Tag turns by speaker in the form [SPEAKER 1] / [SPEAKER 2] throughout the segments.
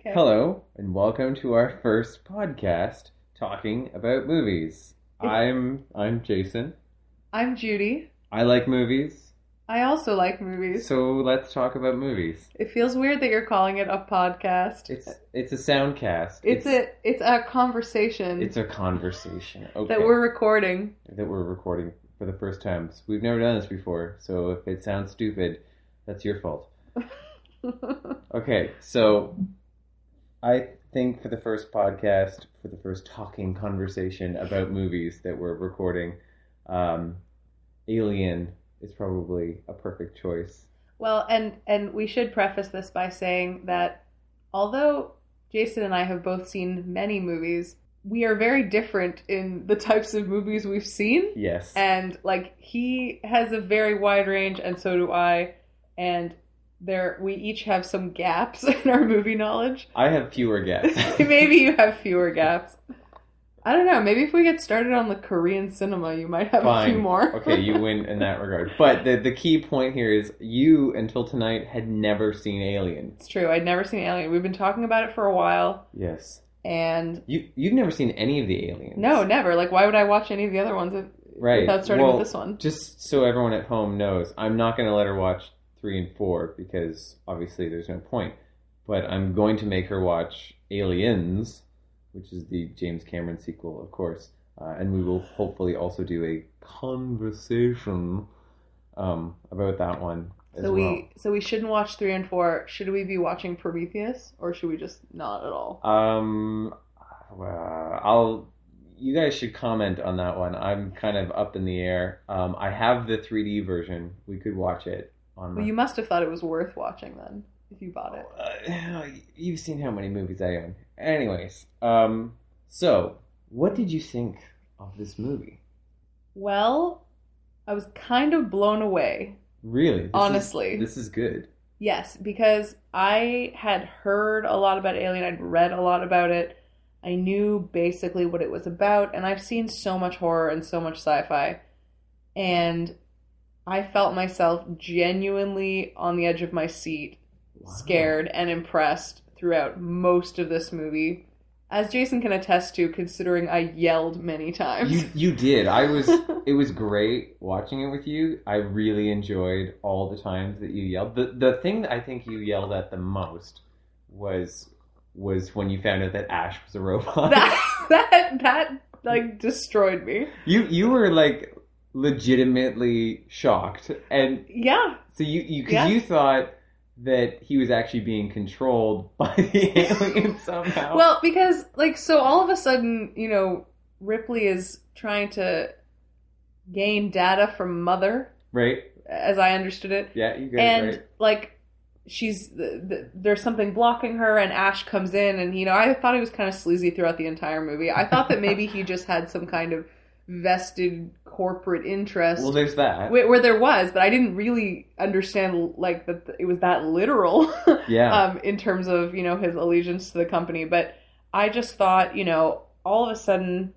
[SPEAKER 1] Okay.
[SPEAKER 2] Hello, and welcome to our first podcast talking about movies.
[SPEAKER 1] It's-
[SPEAKER 2] I'm I'm Jason.
[SPEAKER 1] I'm Judy.
[SPEAKER 2] I like movies,
[SPEAKER 1] I also like movies.
[SPEAKER 2] so let's talk about movies.
[SPEAKER 1] It feels weird that you're calling it a podcast.
[SPEAKER 2] It's it's a soundcast.
[SPEAKER 1] it's, a it's a conversation
[SPEAKER 2] it's a conversation. Okay.
[SPEAKER 1] that we're recording.
[SPEAKER 2] that we're recording for the first time. So we've never done this before, so if it sounds stupid, that's your fault. Okay, so I think for the first podcast, for the first talking conversation about movies that we're recording, um, Alien is probably a perfect choice.
[SPEAKER 1] well, and and we should preface this by saying that although Jason and I have both seen many movies, we are very different in the types of movies we've seen.
[SPEAKER 2] Yes.
[SPEAKER 1] and like he has a very wide range and so do i and there we each have some gaps in our movie knowledge
[SPEAKER 2] I have fewer guests.
[SPEAKER 1] maybe you have fewer gaps i don't know maybe if we get started on the korean cinema you might have a few
[SPEAKER 2] Fine.
[SPEAKER 1] more
[SPEAKER 2] okay, you win in that regard. But the, the key point here is you, until tonight, had never seen Alien.
[SPEAKER 1] it's true i'd never seen alien we've been talking about it for a while
[SPEAKER 2] Yes.
[SPEAKER 1] and
[SPEAKER 2] You, you've never seen any of the aliens.
[SPEAKER 1] no never like why would i watch any of the other ones if,
[SPEAKER 2] Right.
[SPEAKER 1] without starting
[SPEAKER 2] Well,
[SPEAKER 1] with this one
[SPEAKER 2] Just so everyone at home knows, I'm not going to let her watch three and four because obviously there's no point. But I'm going to make her watch Aliens, which is the James Cameron sequel, of course. Uh, and we will hopefully also do a conversation um, about that one as
[SPEAKER 1] so
[SPEAKER 2] well.
[SPEAKER 1] we so we shouldn't watch three and four should we be watching prometheus or should we just not at all
[SPEAKER 2] Um, uh, I'll. You guys should comment on that one. I'm kind of up in the air. Um, I have the 3D version. We could watch it on.
[SPEAKER 1] Well,
[SPEAKER 2] my-
[SPEAKER 1] you must have thought it was worth watching then, if you bought it.
[SPEAKER 2] Uh, you've seen how many movies I own. Anyways, um, so what did you think of this movie?
[SPEAKER 1] Well, I was kind of blown away,
[SPEAKER 2] Really, this is-
[SPEAKER 1] honestly.
[SPEAKER 2] this is good.
[SPEAKER 1] Yes, because I had heard a lot about Alien, I'd read a lot about it. I knew basically what it was about, and I've seen so much horror and so much sci fi. And I felt myself genuinely on the edge of my seat
[SPEAKER 2] Wow.
[SPEAKER 1] scared and impressed throughout most of this movie, as Jason can attest to, considering I yelled many times.
[SPEAKER 2] You you did. I was. it was great watching it with you. I really enjoyed all the times that you yelled. The the thing that I think you yelled at the most was was when you found out that Ash was a robot.
[SPEAKER 1] that that that like destroyed me.
[SPEAKER 2] you you were like legitimately shocked and
[SPEAKER 1] Yeah,
[SPEAKER 2] So you you because
[SPEAKER 1] Yeah.
[SPEAKER 2] you thought that he was actually being controlled by the alien somehow.
[SPEAKER 1] well, because like so, all of a sudden, you know, Ripley is trying to gain data from Mother,
[SPEAKER 2] right?
[SPEAKER 1] as I understood it,
[SPEAKER 2] Yeah, you got
[SPEAKER 1] and
[SPEAKER 2] it right.
[SPEAKER 1] like she's the, the, there's something blocking her and ash comes in and you know i thought he was kind of sleazy throughout the entire movie i thought that maybe he just had some kind of vested corporate interest
[SPEAKER 2] Well, there's that.
[SPEAKER 1] where, where there was but i didn't really understand like that it was that literal
[SPEAKER 2] yeah,
[SPEAKER 1] um, in terms of you know his allegiance to the company. But I just thought, you know, all of a sudden,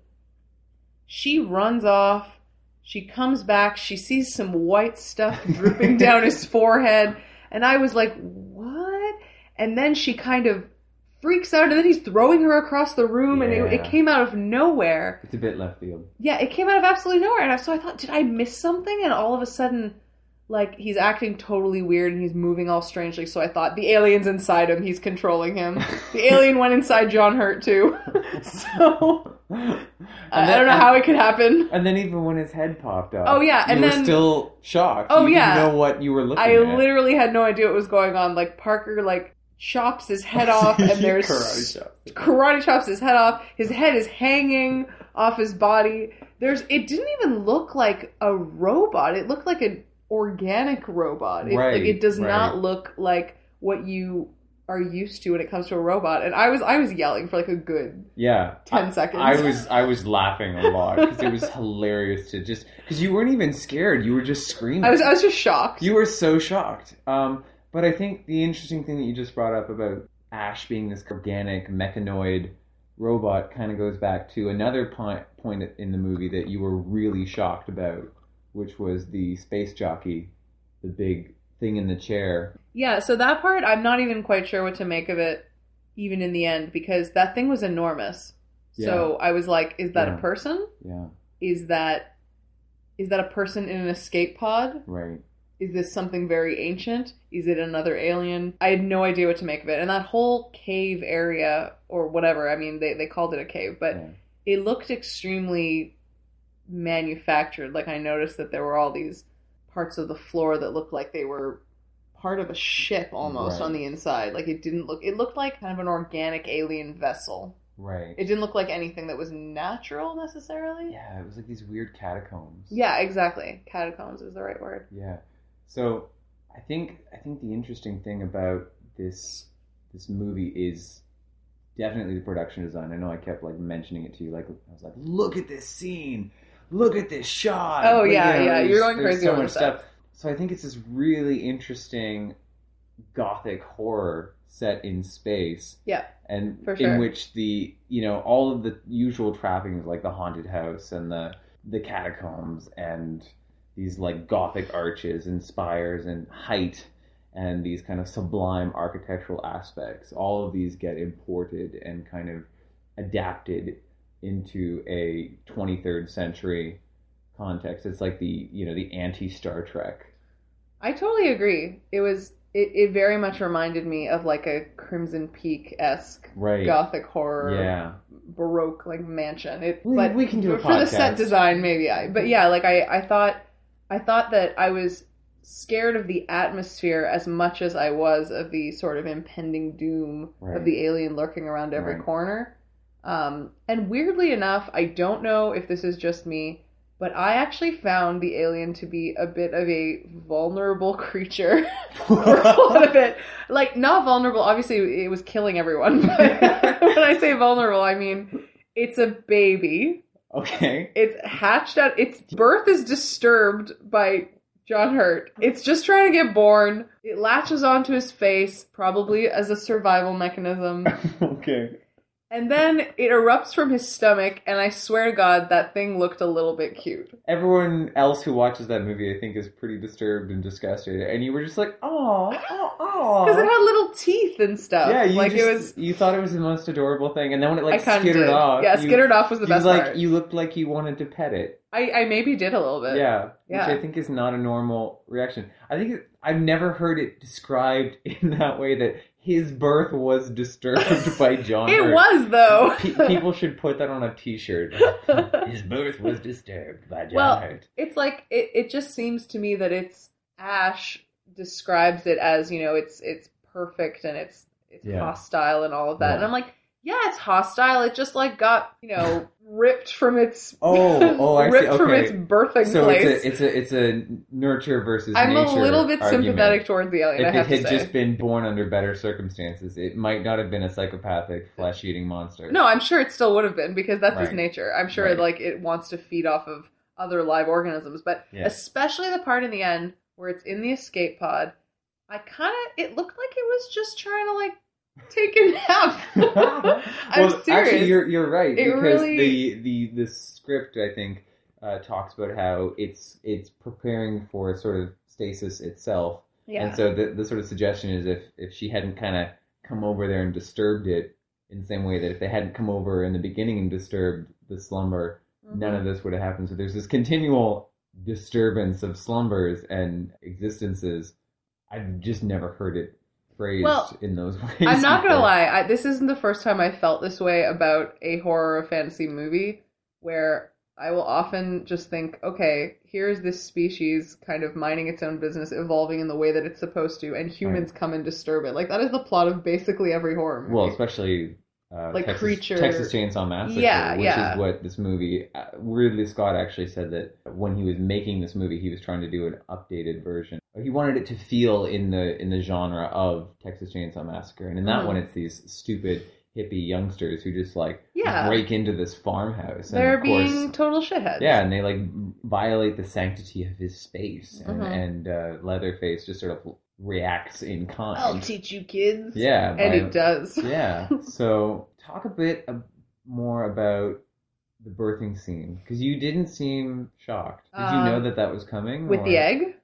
[SPEAKER 1] she runs off. She comes back. She sees some white stuff drooping down his forehead, and I was like, "What?" And then she kind of freaks out, and then he's throwing her across the room, and it, it
[SPEAKER 2] Yeah.
[SPEAKER 1] came out of nowhere.
[SPEAKER 2] it's a bit left field.
[SPEAKER 1] Yeah, it came out of absolutely nowhere, and I- so I thought, "Did I miss something?" And all of a sudden. Like he's acting totally weird and he's moving all strangely, so I thought the alien's inside him. He's controlling him. The alien went inside John Hurt too. So uh, I, I don't know how it could happen.
[SPEAKER 2] And then even when his head popped off,
[SPEAKER 1] Oh, yeah, and
[SPEAKER 2] you
[SPEAKER 1] then-
[SPEAKER 2] were still shocked.
[SPEAKER 1] Oh,
[SPEAKER 2] you
[SPEAKER 1] yeah.
[SPEAKER 2] didn't know what you were looking
[SPEAKER 1] I
[SPEAKER 2] at.
[SPEAKER 1] literally had no idea what was going on. Like Parker like chops his head off and
[SPEAKER 2] He
[SPEAKER 1] there's
[SPEAKER 2] karate chopped.
[SPEAKER 1] karate chops his head off. His head is hanging off his body. There's it didn't even look like a robot. It looked like an organic robot. It,
[SPEAKER 2] Right,
[SPEAKER 1] like it does
[SPEAKER 2] right.
[SPEAKER 1] not look like what you are used to when it comes to a robot. And I was I was yelling for like a good
[SPEAKER 2] Yeah,
[SPEAKER 1] ten seconds.
[SPEAKER 2] I was I was laughing a lot because it was hilarious to just because you weren't even scared. You were just screaming.
[SPEAKER 1] I was I was just shocked.
[SPEAKER 2] You were so shocked. Um, but I think the interesting thing that you just brought up about Ash being this organic mechanoid robot kind of goes back to another point, point in the movie that you were really shocked about, which was the space jockey, the big thing in the chair.
[SPEAKER 1] Yeah, so that part I'm not even quite sure what to make of it even in the end because that thing was enormous. So I was like, is that
[SPEAKER 2] Yeah.
[SPEAKER 1] a person?
[SPEAKER 2] Yeah.
[SPEAKER 1] Is that is that a person in an escape pod?
[SPEAKER 2] Right.
[SPEAKER 1] Is this something very ancient? Is it another alien? I had no idea what to make of it. And that whole cave area or whatever, I mean they, they called it a cave, but
[SPEAKER 2] yeah.
[SPEAKER 1] it looked extremely manufactured. Like I noticed that there were all these parts of the floor that looked like they were part of a ship almost
[SPEAKER 2] Right.
[SPEAKER 1] on the inside. Like it didn't look it looked like kind of an organic alien vessel.
[SPEAKER 2] Right.
[SPEAKER 1] It didn't look like anything that was natural necessarily.
[SPEAKER 2] yeah, it was like these weird catacombs.
[SPEAKER 1] Yeah, exactly. Catacombs is the right word.
[SPEAKER 2] Yeah. So I think I think the interesting thing about this this movie is definitely the production design. I know I kept like mentioning it to you, like I was like, look at this scene, look at this shot.
[SPEAKER 1] Oh, yeah,
[SPEAKER 2] But, you know,
[SPEAKER 1] yeah,
[SPEAKER 2] there's-
[SPEAKER 1] you're going
[SPEAKER 2] there's
[SPEAKER 1] crazy
[SPEAKER 2] So
[SPEAKER 1] over
[SPEAKER 2] much
[SPEAKER 1] the
[SPEAKER 2] stuff. So I think it's this really interesting gothic horror set in space.
[SPEAKER 1] Yeah,
[SPEAKER 2] And
[SPEAKER 1] for
[SPEAKER 2] in
[SPEAKER 1] sure.
[SPEAKER 2] which the you know all of the usual trappings like the haunted house and the the catacombs and these like gothic arches and spires and height and these kind of sublime architectural aspects all of these get imported and kind of adapted into a 23rd century context it's like the you know the anti star trek
[SPEAKER 1] I totally agree. It was it, it very much reminded me of like a Crimson Peak esque
[SPEAKER 2] right
[SPEAKER 1] gothic horror
[SPEAKER 2] yeah
[SPEAKER 1] baroque like mansion. It
[SPEAKER 2] We-
[SPEAKER 1] but
[SPEAKER 2] we can do a
[SPEAKER 1] for the set
[SPEAKER 2] podcast.
[SPEAKER 1] design maybe I but yeah, like I I thought I thought that I was scared of the atmosphere as much as I was of the sort of impending doom
[SPEAKER 2] Right.
[SPEAKER 1] of the alien lurking around every
[SPEAKER 2] Right.
[SPEAKER 1] corner. Um and weirdly enough, I don't know if this is just me, but I actually found the alien to be a bit of a vulnerable creature for a lot of it. Like not vulnerable. Obviously, it was killing everyone. But when I say vulnerable, I mean it's a baby.
[SPEAKER 2] okay
[SPEAKER 1] It's hatched out. Its birth is disturbed by John Hurt. It's just trying to get born. It latches onto his face, probably as a survival mechanism.
[SPEAKER 2] okay
[SPEAKER 1] And then it erupts from his stomach, and I swear to God, that thing looked a little bit cute.
[SPEAKER 2] everyone else who watches that movie, I think, is pretty disturbed and disgusted. And you were just like, "Oh, oh,
[SPEAKER 1] Because it
[SPEAKER 2] oh!"
[SPEAKER 1] had little teeth and stuff.
[SPEAKER 2] Yeah, you
[SPEAKER 1] like
[SPEAKER 2] just-
[SPEAKER 1] it was.
[SPEAKER 2] You thought it was the most adorable thing, and then when it like
[SPEAKER 1] I kind of
[SPEAKER 2] skittered
[SPEAKER 1] did.
[SPEAKER 2] off,
[SPEAKER 1] yeah,
[SPEAKER 2] you,
[SPEAKER 1] skittered off was the
[SPEAKER 2] you,
[SPEAKER 1] best
[SPEAKER 2] like
[SPEAKER 1] part.
[SPEAKER 2] you looked like you wanted to pet it.
[SPEAKER 1] I, I maybe did a little bit.
[SPEAKER 2] yeah,
[SPEAKER 1] yeah.
[SPEAKER 2] which I think is not a normal reaction. I think it, I've never heard it described in that way that his birth was disturbed by John.
[SPEAKER 1] It
[SPEAKER 2] Hurt.
[SPEAKER 1] was though.
[SPEAKER 2] Pe- people should put that on a T-shirt. his birth was disturbed by John
[SPEAKER 1] Well,
[SPEAKER 2] Hurt.
[SPEAKER 1] it's like it, it just seems to me that it's Ash describes it as, you know, it's it's perfect and it's it's
[SPEAKER 2] Yeah.
[SPEAKER 1] hostile and all of that.
[SPEAKER 2] Yeah.
[SPEAKER 1] And I'm like, yeah, it's hostile. It just like got, you know, ripped from its
[SPEAKER 2] Oh, oh, I see.
[SPEAKER 1] ripped from
[SPEAKER 2] Okay.
[SPEAKER 1] its birthing
[SPEAKER 2] so
[SPEAKER 1] place.
[SPEAKER 2] it's a it's a it's a nurture versus
[SPEAKER 1] I'm a
[SPEAKER 2] nature
[SPEAKER 1] little bit
[SPEAKER 2] argument.
[SPEAKER 1] sympathetic towards the alien, I
[SPEAKER 2] If it
[SPEAKER 1] have to
[SPEAKER 2] had
[SPEAKER 1] say.
[SPEAKER 2] just been born under better circumstances, it might not have been a psychopathic flesh eating monster.
[SPEAKER 1] No, I'm sure it still would have been because that's his
[SPEAKER 2] Right.
[SPEAKER 1] nature. I'm sure
[SPEAKER 2] Right.
[SPEAKER 1] like it wants to feed off of other live organisms, but
[SPEAKER 2] Yeah.
[SPEAKER 1] especially the part in the end where it's in the escape pod, I kind of it looked like it was just trying to like take a nap. I'm
[SPEAKER 2] Well,
[SPEAKER 1] serious.
[SPEAKER 2] Actually, you're you're right
[SPEAKER 1] It
[SPEAKER 2] because
[SPEAKER 1] really-
[SPEAKER 2] the the the script I think uh, talks about how it's it's preparing for sort of stasis itself,
[SPEAKER 1] yeah.
[SPEAKER 2] and so the the sort of suggestion is if if she hadn't kind of come over there and disturbed it in the same way that if they hadn't come over in the beginning and disturbed the slumber,
[SPEAKER 1] Mm-hmm.
[SPEAKER 2] none of this would have happened. So there's this continual disturbance of slumbers and existences. I've just never heard it phrased
[SPEAKER 1] Well,
[SPEAKER 2] in those ways.
[SPEAKER 1] I'm not gonna
[SPEAKER 2] before.
[SPEAKER 1] lie. I, this isn't the first time I felt this way about a horror or fantasy movie, where I will often just think, okay, here's this species kind of minding its own business, evolving in the way that it's supposed to, and humans come and disturb it. Like that is the plot of basically every horror movie.
[SPEAKER 2] Well, especially uh,
[SPEAKER 1] Like
[SPEAKER 2] Texas,
[SPEAKER 1] creature-
[SPEAKER 2] Texas Chainsaw Massacre,
[SPEAKER 1] Yeah,
[SPEAKER 2] which
[SPEAKER 1] yeah.
[SPEAKER 2] is what this movie. Uh, Ridley Scott actually said that when he was making this movie, he was trying to do an updated version. He wanted it to feel in the in the genre of Texas Chainsaw Massacre, and in that
[SPEAKER 1] Mhm.
[SPEAKER 2] one, it's these stupid hippie youngsters who just like
[SPEAKER 1] Yeah.
[SPEAKER 2] break into this farmhouse. and
[SPEAKER 1] They're
[SPEAKER 2] of course,
[SPEAKER 1] being total shitheads.
[SPEAKER 2] Yeah, and they like violate the sanctity of his space, and,
[SPEAKER 1] Mhm.
[SPEAKER 2] and uh, Leatherface just sort of reacts in kind.
[SPEAKER 1] I'll teach you kids.
[SPEAKER 2] Um, yeah,
[SPEAKER 1] Oh, And
[SPEAKER 2] by-
[SPEAKER 1] it does.
[SPEAKER 2] yeah. So talk a bit ab- more about the birthing scene because you didn't seem shocked. Did you
[SPEAKER 1] Um,
[SPEAKER 2] know that that was coming
[SPEAKER 1] With the
[SPEAKER 2] or-
[SPEAKER 1] egg?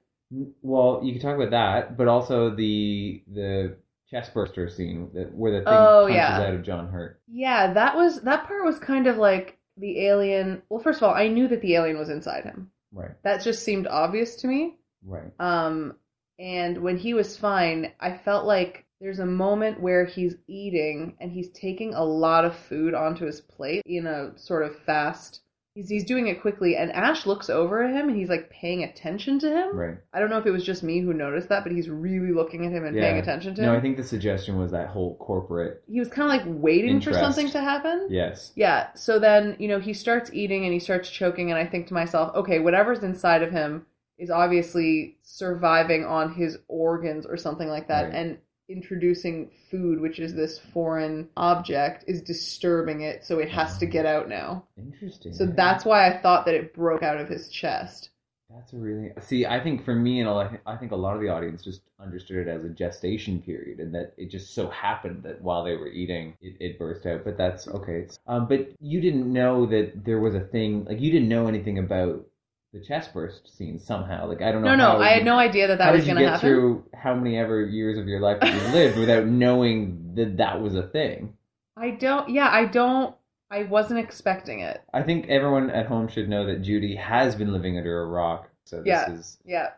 [SPEAKER 2] Well, you could talk about that, but also the the chestburster scene that, where the thing
[SPEAKER 1] Oh,
[SPEAKER 2] punches
[SPEAKER 1] yeah.
[SPEAKER 2] out of John Hurt.
[SPEAKER 1] Yeah, that was that part was kind of like the alien. Well, first of all, I knew that the alien was inside him.
[SPEAKER 2] Right,
[SPEAKER 1] That just seemed obvious to me.
[SPEAKER 2] right.
[SPEAKER 1] Um, and when he was fine, I felt like there's a moment where he's eating and he's taking a lot of food onto his plate in a sort of fast. He's he's doing it quickly, and Ash looks over at him and he's like paying attention to him.
[SPEAKER 2] Right.
[SPEAKER 1] I don't know if it was just me who noticed that, but he's really looking at him and paying
[SPEAKER 2] Yeah.
[SPEAKER 1] attention to
[SPEAKER 2] No,
[SPEAKER 1] him.
[SPEAKER 2] I think the suggestion was that whole corporate.
[SPEAKER 1] he was kind of like waiting for
[SPEAKER 2] Interest.
[SPEAKER 1] something to happen.
[SPEAKER 2] Yes.
[SPEAKER 1] Yeah, so then, you know, he starts eating and he starts choking, and I think to myself, okay, whatever's inside of him is obviously surviving on his organs or something like that,
[SPEAKER 2] Right.
[SPEAKER 1] and introducing food, which is this foreign object, is disturbing it, so it has to get out now.
[SPEAKER 2] Interesting.
[SPEAKER 1] So that's why I thought that it broke out of his chest.
[SPEAKER 2] that's a really see. I think for me and a lot, I think a lot of the audience just understood it as a gestation period, and that it just so happened that while they were eating, it, it burst out. But that's okay. Um, but you didn't know that there was a thing like you didn't know anything about the chest burst scene somehow. Like I don't
[SPEAKER 1] No,
[SPEAKER 2] know.
[SPEAKER 1] no,
[SPEAKER 2] how
[SPEAKER 1] I had
[SPEAKER 2] you-
[SPEAKER 1] no idea that that
[SPEAKER 2] how
[SPEAKER 1] was
[SPEAKER 2] did you
[SPEAKER 1] going to
[SPEAKER 2] get
[SPEAKER 1] happen.
[SPEAKER 2] through how many ever years of your life that you lived without knowing that that was a thing?
[SPEAKER 1] I don't, yeah, I don't, I wasn't expecting it.
[SPEAKER 2] I think everyone at home should know that Judy has been living under a rock. So this
[SPEAKER 1] Yeah.
[SPEAKER 2] is
[SPEAKER 1] Yeah,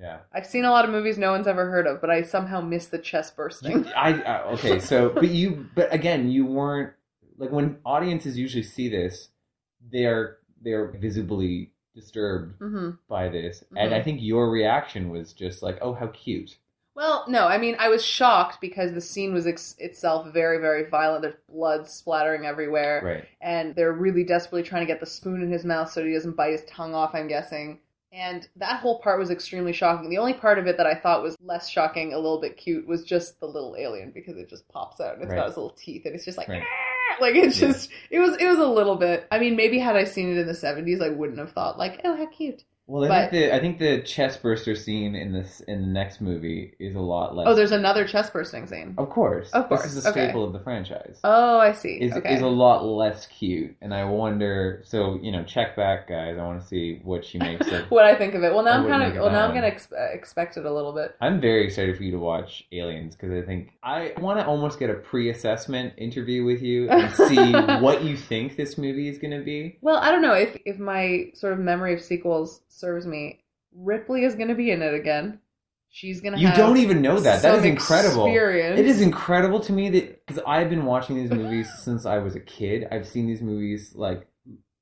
[SPEAKER 2] yeah.
[SPEAKER 1] I've seen a lot of movies no one's ever heard of, but I somehow missed the chest bursting.
[SPEAKER 2] I, I okay. So but you but again you weren't like when audiences usually see this, they are they are visibly disturbed
[SPEAKER 1] hmm
[SPEAKER 2] by this, and
[SPEAKER 1] Mm-hmm.
[SPEAKER 2] I think your reaction was just like, oh how cute.
[SPEAKER 1] Well, no, I mean I was shocked because the scene was ex- itself very, very violent. There's blood splattering everywhere,
[SPEAKER 2] Right.
[SPEAKER 1] and they're really desperately trying to get the spoon in his mouth so he doesn't bite his tongue off. I'm guessing, and that whole part was extremely shocking. The only part of it that I thought was less shocking, a little bit cute, was just the little alien because it just pops out and it's got
[SPEAKER 2] Right.
[SPEAKER 1] his little teeth, and it's just like.
[SPEAKER 2] Right.
[SPEAKER 1] "Ah!" Like it's
[SPEAKER 2] Yeah.
[SPEAKER 1] just it was it was a little bit. I mean, maybe had I seen it in the '70s, I wouldn't have thought like, "Oh, how cute!"
[SPEAKER 2] Well, I
[SPEAKER 1] But-
[SPEAKER 2] think the I think the chest burster scene in this in the next movie is a lot less.
[SPEAKER 1] Oh, there's another chest bursting scene.
[SPEAKER 2] of course,
[SPEAKER 1] Of course,
[SPEAKER 2] This is a
[SPEAKER 1] okay.
[SPEAKER 2] staple of the franchise.
[SPEAKER 1] Oh, I see.
[SPEAKER 2] is
[SPEAKER 1] okay.
[SPEAKER 2] is a lot less cute, and I wonder. So you know, check back, guys. I want to see what she makes. Of.
[SPEAKER 1] what I think of it. Well, now
[SPEAKER 2] I
[SPEAKER 1] I'm
[SPEAKER 2] wouldn't
[SPEAKER 1] kind of
[SPEAKER 2] make it
[SPEAKER 1] well now
[SPEAKER 2] that
[SPEAKER 1] I'm
[SPEAKER 2] one.
[SPEAKER 1] gonna ex- uh, expect it a little bit.
[SPEAKER 2] I'm very excited for you to watch Aliens because I think I want to almost get a pre-assessment interview with you and see what you think this movie is going to be.
[SPEAKER 1] Well, I don't know if if my sort of memory of sequels serves me. Ripley is gonna be in it again. She's gonna.
[SPEAKER 2] You
[SPEAKER 1] have
[SPEAKER 2] don't even know that. That
[SPEAKER 1] some
[SPEAKER 2] is incredible.
[SPEAKER 1] Experience.
[SPEAKER 2] It is incredible to me that because I've been watching these movies since I was a kid. I've seen these movies like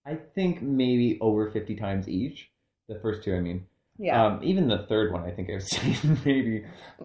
[SPEAKER 2] I think maybe over fifty times each. The first two, I mean.
[SPEAKER 1] Yeah.
[SPEAKER 2] Um, even the third one, I think I've seen maybe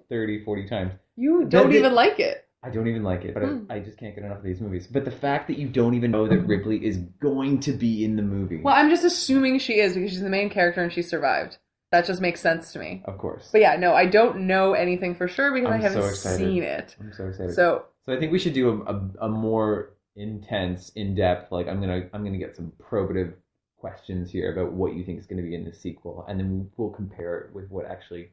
[SPEAKER 2] 30, 40 times.
[SPEAKER 1] you don't
[SPEAKER 2] that-
[SPEAKER 1] even like it.
[SPEAKER 2] I don't even like it, but
[SPEAKER 1] Hmm.
[SPEAKER 2] I, I just can't get enough of these movies. But the fact that you don't even know that Ripley is going to be in the movie,
[SPEAKER 1] Well, I'm just assuming she is because she's the main character and she survived. That just makes sense to me.
[SPEAKER 2] of course.
[SPEAKER 1] But yeah, no, I don't know anything for sure because I
[SPEAKER 2] I'm so
[SPEAKER 1] haven't
[SPEAKER 2] excited.
[SPEAKER 1] seen it.
[SPEAKER 2] I'm so excited. So,
[SPEAKER 1] So
[SPEAKER 2] I think we should do a, a, a more intense, in depth. Like I'm gonna I'm gonna get some probative questions here about what you think is gonna be in the sequel, and then we'll compare it with what actually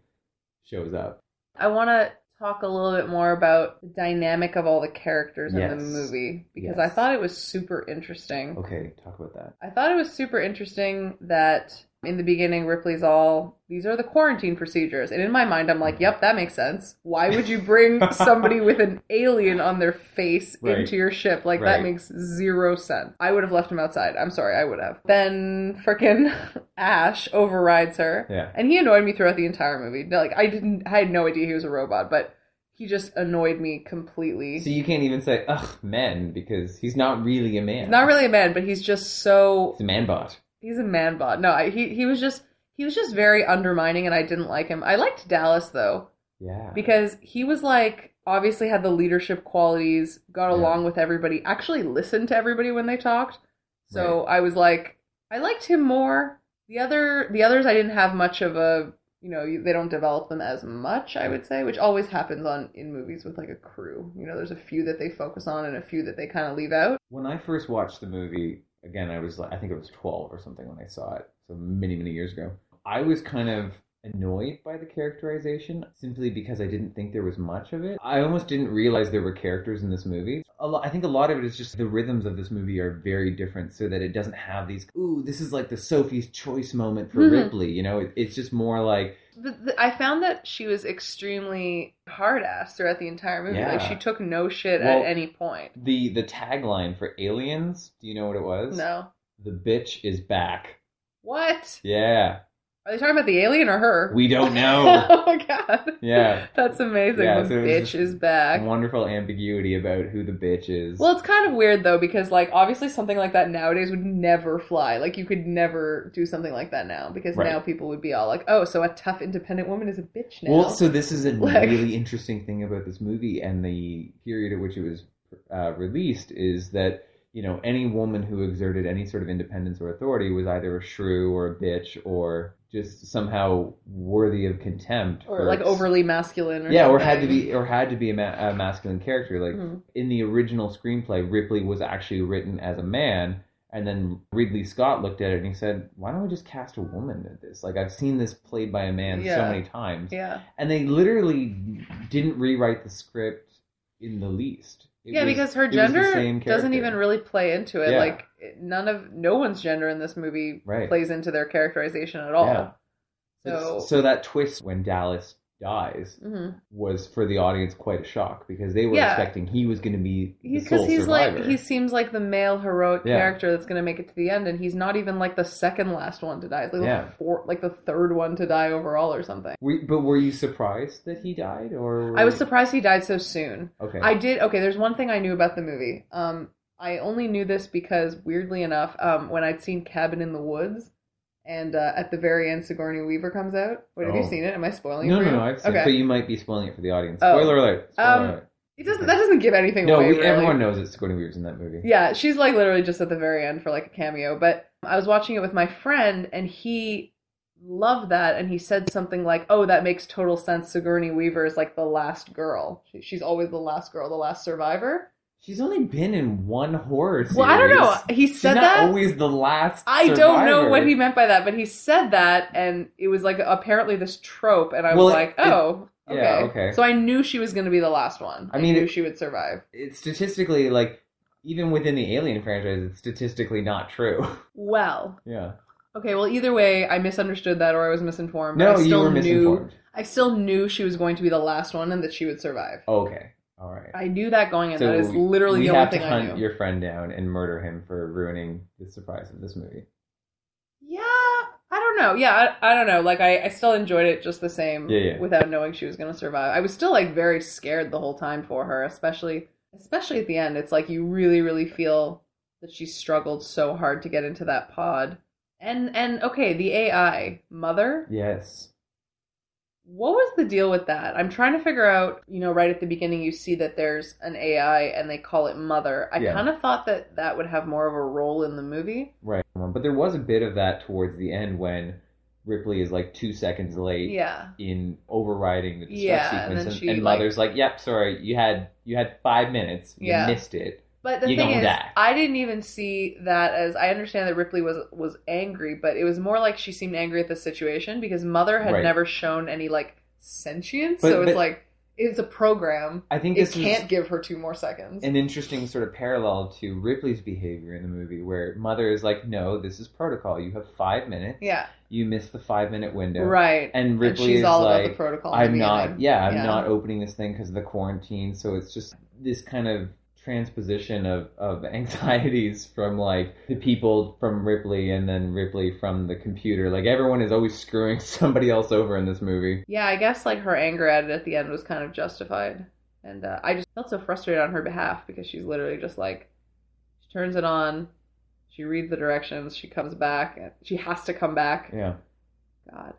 [SPEAKER 2] shows up.
[SPEAKER 1] I want to talk a little bit more about the dynamic of all the characters in
[SPEAKER 2] Yes.
[SPEAKER 1] the movie because
[SPEAKER 2] Yes.
[SPEAKER 1] I thought it was super interesting.
[SPEAKER 2] Okay, talk about that.
[SPEAKER 1] I thought it was super interesting that in the beginning Ripley's all these are the quarantine procedures. And in my mind I'm like, "Yep, that makes sense. Why would you bring somebody with an alien on their face
[SPEAKER 2] Right.
[SPEAKER 1] into your ship? Like that
[SPEAKER 2] Right.
[SPEAKER 1] makes zero sense. I would have left him outside. I'm sorry, I would have. Then frickin' Ash overrides her.
[SPEAKER 2] Yeah,
[SPEAKER 1] And he annoyed me throughout the entire movie. Like I didn't, I had no idea he was a robot, but he just annoyed me completely.
[SPEAKER 2] so you can't even say ugh men because he's not really a man.
[SPEAKER 1] he's not really a man, but he's just so
[SPEAKER 2] He's a man bot.
[SPEAKER 1] he's a man bot. No, I, he he was just he was just very undermining, and I didn't like him. I liked Dallas though
[SPEAKER 2] Yeah.
[SPEAKER 1] because he was like obviously had the leadership qualities, got
[SPEAKER 2] Yeah.
[SPEAKER 1] along with everybody, actually listened to everybody when they talked. So I was like, I liked him more. The other the others I didn't have much of a you know you- they don't develop them as much I would say, which always happens on in movies with like a crew. You know, there's a few that they focus on and a few that they kind of leave out.
[SPEAKER 2] When I first watched the movie, again, I was like, I think I was 12 or something when I saw it, so many, many years ago. I was kind of annoyed by the characterization simply because I didn't think there was much of it. I almost didn't realize there were characters in this movie. A lo- I think a lot of it is just the rhythms of this movie are very different so that it doesn't have these, ooh, this is like the Sophie's choice moment for
[SPEAKER 1] Mhm.
[SPEAKER 2] Ripley, you know? It, it's just more like,
[SPEAKER 1] But th- I found that she was extremely hard ass throughout the entire movie. Like
[SPEAKER 2] Yeah.
[SPEAKER 1] she took no shit
[SPEAKER 2] Well-
[SPEAKER 1] at any point.
[SPEAKER 2] the the tagline for Aliens, do you know what it was?
[SPEAKER 1] No.
[SPEAKER 2] The bitch is back.
[SPEAKER 1] What?
[SPEAKER 2] Yeah.
[SPEAKER 1] Are they talking about the alien or her?
[SPEAKER 2] We don't know.
[SPEAKER 1] oh my god.
[SPEAKER 2] yeah.
[SPEAKER 1] That's amazing.
[SPEAKER 2] Yeah,
[SPEAKER 1] the
[SPEAKER 2] so it's
[SPEAKER 1] bitch
[SPEAKER 2] just
[SPEAKER 1] is back.
[SPEAKER 2] Wonderful ambiguity about who the bitch is.
[SPEAKER 1] Well, it's kind of weird though because like obviously something like that nowadays would never fly. Like you could never do something like that now because
[SPEAKER 2] Right.
[SPEAKER 1] now people would be all like, "Oh, so a tough independent woman is a bitch now."
[SPEAKER 2] Well, so this is a
[SPEAKER 1] Like-
[SPEAKER 2] really interesting thing about this movie and the period at which it was uh, released is that you know any woman who exerted any sort of independence or authority was either a shrew or a bitch or just somehow worthy of contempt
[SPEAKER 1] or
[SPEAKER 2] for
[SPEAKER 1] like
[SPEAKER 2] its-
[SPEAKER 1] overly masculine or
[SPEAKER 2] yeah or
[SPEAKER 1] something.
[SPEAKER 2] had to be or had to be a, ma- a masculine character like
[SPEAKER 1] Mhm.
[SPEAKER 2] in the original screenplay Ripley was actually written as a man and then Ridley Scott looked at it and he said why don't we just cast a woman at this like I've seen this played by a man so
[SPEAKER 1] Yeah.
[SPEAKER 2] many times
[SPEAKER 1] Yeah.
[SPEAKER 2] and they literally didn't rewrite the script in the least. It
[SPEAKER 1] yeah,
[SPEAKER 2] was-
[SPEAKER 1] because her
[SPEAKER 2] it was the
[SPEAKER 1] gender
[SPEAKER 2] same
[SPEAKER 1] doesn't
[SPEAKER 2] character.
[SPEAKER 1] even really play into it.
[SPEAKER 2] Yeah.
[SPEAKER 1] Like it- none of no one's gender in this movie
[SPEAKER 2] right.
[SPEAKER 1] plays into their characterization at all.
[SPEAKER 2] Yeah.
[SPEAKER 1] So,
[SPEAKER 2] It's- so that twist when Dallas dies
[SPEAKER 1] Mhm.
[SPEAKER 2] was for the audience quite a shock because they were
[SPEAKER 1] Yeah.
[SPEAKER 2] expecting he was going to be the
[SPEAKER 1] because
[SPEAKER 2] sole
[SPEAKER 1] he's
[SPEAKER 2] survivor.
[SPEAKER 1] like he seems like the male heroic
[SPEAKER 2] Yeah.
[SPEAKER 1] character that's going to make it to the end, and he's not even like the second last one to die. It's like
[SPEAKER 2] Yeah.
[SPEAKER 1] the four, like the third one to die overall or something.
[SPEAKER 2] Were- but were you surprised that he died, or were
[SPEAKER 1] I was
[SPEAKER 2] you-
[SPEAKER 1] surprised he died so soon.
[SPEAKER 2] Okay,
[SPEAKER 1] I did okay. There's one thing I knew about the movie. Um, I only knew this because weirdly enough, um, when I'd seen Cabin in the Woods, and uh, at the very end, Sigourney Weaver comes out. What have you
[SPEAKER 2] Oh.
[SPEAKER 1] seen it? Am I spoiling
[SPEAKER 2] no,
[SPEAKER 1] it? for
[SPEAKER 2] no,
[SPEAKER 1] you?
[SPEAKER 2] no. I've seen,
[SPEAKER 1] okay.
[SPEAKER 2] but you might be spoiling it for the audience.
[SPEAKER 1] Oh.
[SPEAKER 2] Spoiler alert! Spoiler
[SPEAKER 1] Um,
[SPEAKER 2] alert.
[SPEAKER 1] It doesn't. That doesn't give anything
[SPEAKER 2] No,
[SPEAKER 1] away.
[SPEAKER 2] we,
[SPEAKER 1] really.
[SPEAKER 2] everyone knows it's Sigourney Weaver's in that movie.
[SPEAKER 1] Yeah, she's like literally just at the very end for like a cameo. But I was watching it with my friend, and he loved that, and he said something like, "Oh, that makes total sense. Sigourney Weaver is like the last girl. She, she's always the last girl, the last survivor."
[SPEAKER 2] She's only been in one horror. Series.
[SPEAKER 1] Well, I don't know. He
[SPEAKER 2] She's
[SPEAKER 1] said
[SPEAKER 2] not
[SPEAKER 1] that.
[SPEAKER 2] always the last.
[SPEAKER 1] I don't know
[SPEAKER 2] survivor.
[SPEAKER 1] what he meant by that, but he said that, and it was like apparently this trope, and I was
[SPEAKER 2] Well, it-
[SPEAKER 1] like, oh, okay.
[SPEAKER 2] yeah, okay.
[SPEAKER 1] So I knew she was going to be the last one.
[SPEAKER 2] I
[SPEAKER 1] I,
[SPEAKER 2] mean,
[SPEAKER 1] knew
[SPEAKER 2] it-
[SPEAKER 1] she would survive.
[SPEAKER 2] it's statistically like even within the Alien franchise, it's statistically not true.
[SPEAKER 1] Well,
[SPEAKER 2] yeah.
[SPEAKER 1] okay. Well, either way, I misunderstood that, or I was misinformed.
[SPEAKER 2] No,
[SPEAKER 1] I
[SPEAKER 2] you
[SPEAKER 1] still
[SPEAKER 2] were
[SPEAKER 1] knew-
[SPEAKER 2] misinformed.
[SPEAKER 1] I still knew she was going to be the last one, and that she would survive.
[SPEAKER 2] Okay. All right.
[SPEAKER 1] I knew that going in.
[SPEAKER 2] So
[SPEAKER 1] that is literally
[SPEAKER 2] we
[SPEAKER 1] the only
[SPEAKER 2] have to
[SPEAKER 1] thing I
[SPEAKER 2] hunt
[SPEAKER 1] knew.
[SPEAKER 2] your friend down and murder him for ruining the surprise of this movie.
[SPEAKER 1] Yeah, I don't know. Yeah, I, I don't know. Like, I, I still enjoyed it just the same
[SPEAKER 2] Yeah, yeah.
[SPEAKER 1] without knowing she was going to survive. I was still, like, very scared the whole time for her, especially especially at the end. It's like you really, really feel that she struggled so hard to get into that pod. And, and okay, the AI, Mother,
[SPEAKER 2] Yes.
[SPEAKER 1] what was the deal with that? I'm trying to figure out, you know, right at the beginning, you see that there's an AI and they call it Mother. I
[SPEAKER 2] Yeah.
[SPEAKER 1] kind of thought that that would have more of a role in the movie.
[SPEAKER 2] Right. But there was a bit of that towards the end when Ripley is like two seconds late
[SPEAKER 1] Yeah.
[SPEAKER 2] in overriding the distress
[SPEAKER 1] Yeah, and
[SPEAKER 2] sequence,
[SPEAKER 1] then
[SPEAKER 2] and,
[SPEAKER 1] she,
[SPEAKER 2] and
[SPEAKER 1] like-
[SPEAKER 2] Mother's like, "Yep, sorry, you had you had five minutes. You
[SPEAKER 1] Yeah.
[SPEAKER 2] missed it."
[SPEAKER 1] But the
[SPEAKER 2] You
[SPEAKER 1] thing
[SPEAKER 2] gonna
[SPEAKER 1] is,
[SPEAKER 2] die.
[SPEAKER 1] I didn't even see that as I understand that Ripley was was angry, but it was more like she seemed angry at the situation because Mother had
[SPEAKER 2] Right.
[SPEAKER 1] never shown any like sentience.
[SPEAKER 2] But-
[SPEAKER 1] so it's
[SPEAKER 2] but-
[SPEAKER 1] like it's a program.
[SPEAKER 2] I think
[SPEAKER 1] It
[SPEAKER 2] this is
[SPEAKER 1] can't give her two more seconds.
[SPEAKER 2] an interesting sort of parallel to Ripley's behavior in the movie, where Mother is like, "No, this is protocol. You have five minutes.
[SPEAKER 1] yeah.
[SPEAKER 2] You missed the five minute window."
[SPEAKER 1] Right.
[SPEAKER 2] And
[SPEAKER 1] And
[SPEAKER 2] Ripley
[SPEAKER 1] she's
[SPEAKER 2] is
[SPEAKER 1] all
[SPEAKER 2] like,
[SPEAKER 1] about the protocol. in the
[SPEAKER 2] "I'm not.
[SPEAKER 1] beginning.
[SPEAKER 2] Yeah, I'm
[SPEAKER 1] Yeah.
[SPEAKER 2] not opening this thing because of the quarantine." So it's just this kind of transposition of of anxieties from like the people from Ripley and then Ripley from the computer. Like everyone is always screwing somebody else over in this movie.
[SPEAKER 1] Yeah, I guess like her anger at it at the end was kind of justified, and uh, I just felt so frustrated on her behalf because she's literally just like, she turns it on, she reads the directions, she comes back, and she has to come back.
[SPEAKER 2] Yeah.
[SPEAKER 1] God,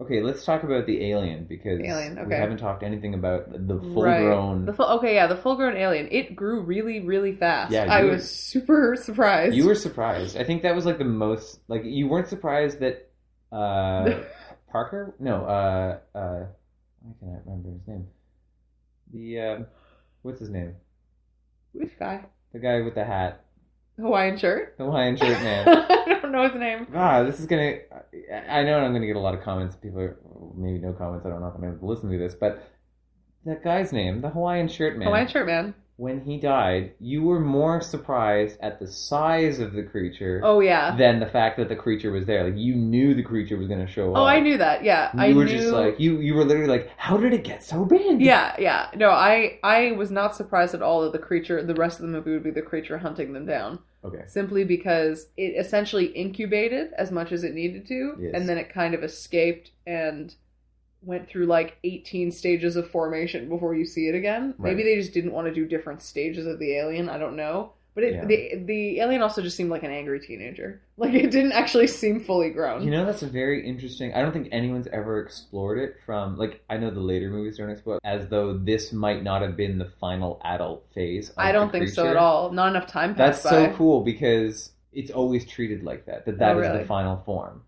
[SPEAKER 2] Okay, let's talk about the alien because
[SPEAKER 1] The alien,
[SPEAKER 2] we
[SPEAKER 1] okay.
[SPEAKER 2] haven't talked anything about the full
[SPEAKER 1] Right.
[SPEAKER 2] grown
[SPEAKER 1] the full okay, yeah, the full-grown alien. It grew really, really fast.
[SPEAKER 2] Yeah,
[SPEAKER 1] I
[SPEAKER 2] you-
[SPEAKER 1] was super surprised.
[SPEAKER 2] You were surprised. I think that was like the most like you weren't surprised that uh Parker? No, uh uh I cannot remember his name. The uh what's his name?
[SPEAKER 1] which guy?
[SPEAKER 2] The guy with the hat.
[SPEAKER 1] Hawaiian shirt.
[SPEAKER 2] The Hawaiian shirt man.
[SPEAKER 1] I don't know his name.
[SPEAKER 2] ah, this is gonna I know I'm going to get a lot of comments. People are maybe no comments. I don't know if I'm able to listen to this, but that guy's name, the Hawaiian shirt man.
[SPEAKER 1] Hawaiian shirt man.
[SPEAKER 2] When he died, you were more surprised at the size of the creature
[SPEAKER 1] Oh yeah.
[SPEAKER 2] than the fact that the creature was there. Like you knew the creature was going to show up.
[SPEAKER 1] Oh, I knew that. Yeah,
[SPEAKER 2] You
[SPEAKER 1] I
[SPEAKER 2] were
[SPEAKER 1] knew.
[SPEAKER 2] just like you. You were literally like, how did it get so big?
[SPEAKER 1] yeah, yeah. No, I I was not surprised at all that the creature, the rest of the movie would be the creature hunting them down,
[SPEAKER 2] Okay.
[SPEAKER 1] simply because it essentially incubated as much as it needed to,
[SPEAKER 2] Yes.
[SPEAKER 1] and then it kind of escaped and went through like 18 stages of formation before you see it again.
[SPEAKER 2] Right.
[SPEAKER 1] Maybe they just didn't want to do different stages of the alien. I don't know. But it,
[SPEAKER 2] Yeah.
[SPEAKER 1] the the alien also just seemed like an angry teenager. Like it didn't actually seem fully grown.
[SPEAKER 2] You know, that's a very interesting. I don't think anyone's ever explored it from like I know the later movies don't explore it, as though this might not have been the final adult phase. Of
[SPEAKER 1] I don't
[SPEAKER 2] the
[SPEAKER 1] think so at
[SPEAKER 2] creature.
[SPEAKER 1] all. Not enough time
[SPEAKER 2] That's
[SPEAKER 1] passed
[SPEAKER 2] so
[SPEAKER 1] by.
[SPEAKER 2] cool because it's always treated like that. That that
[SPEAKER 1] Oh,
[SPEAKER 2] is
[SPEAKER 1] really?
[SPEAKER 2] the final form.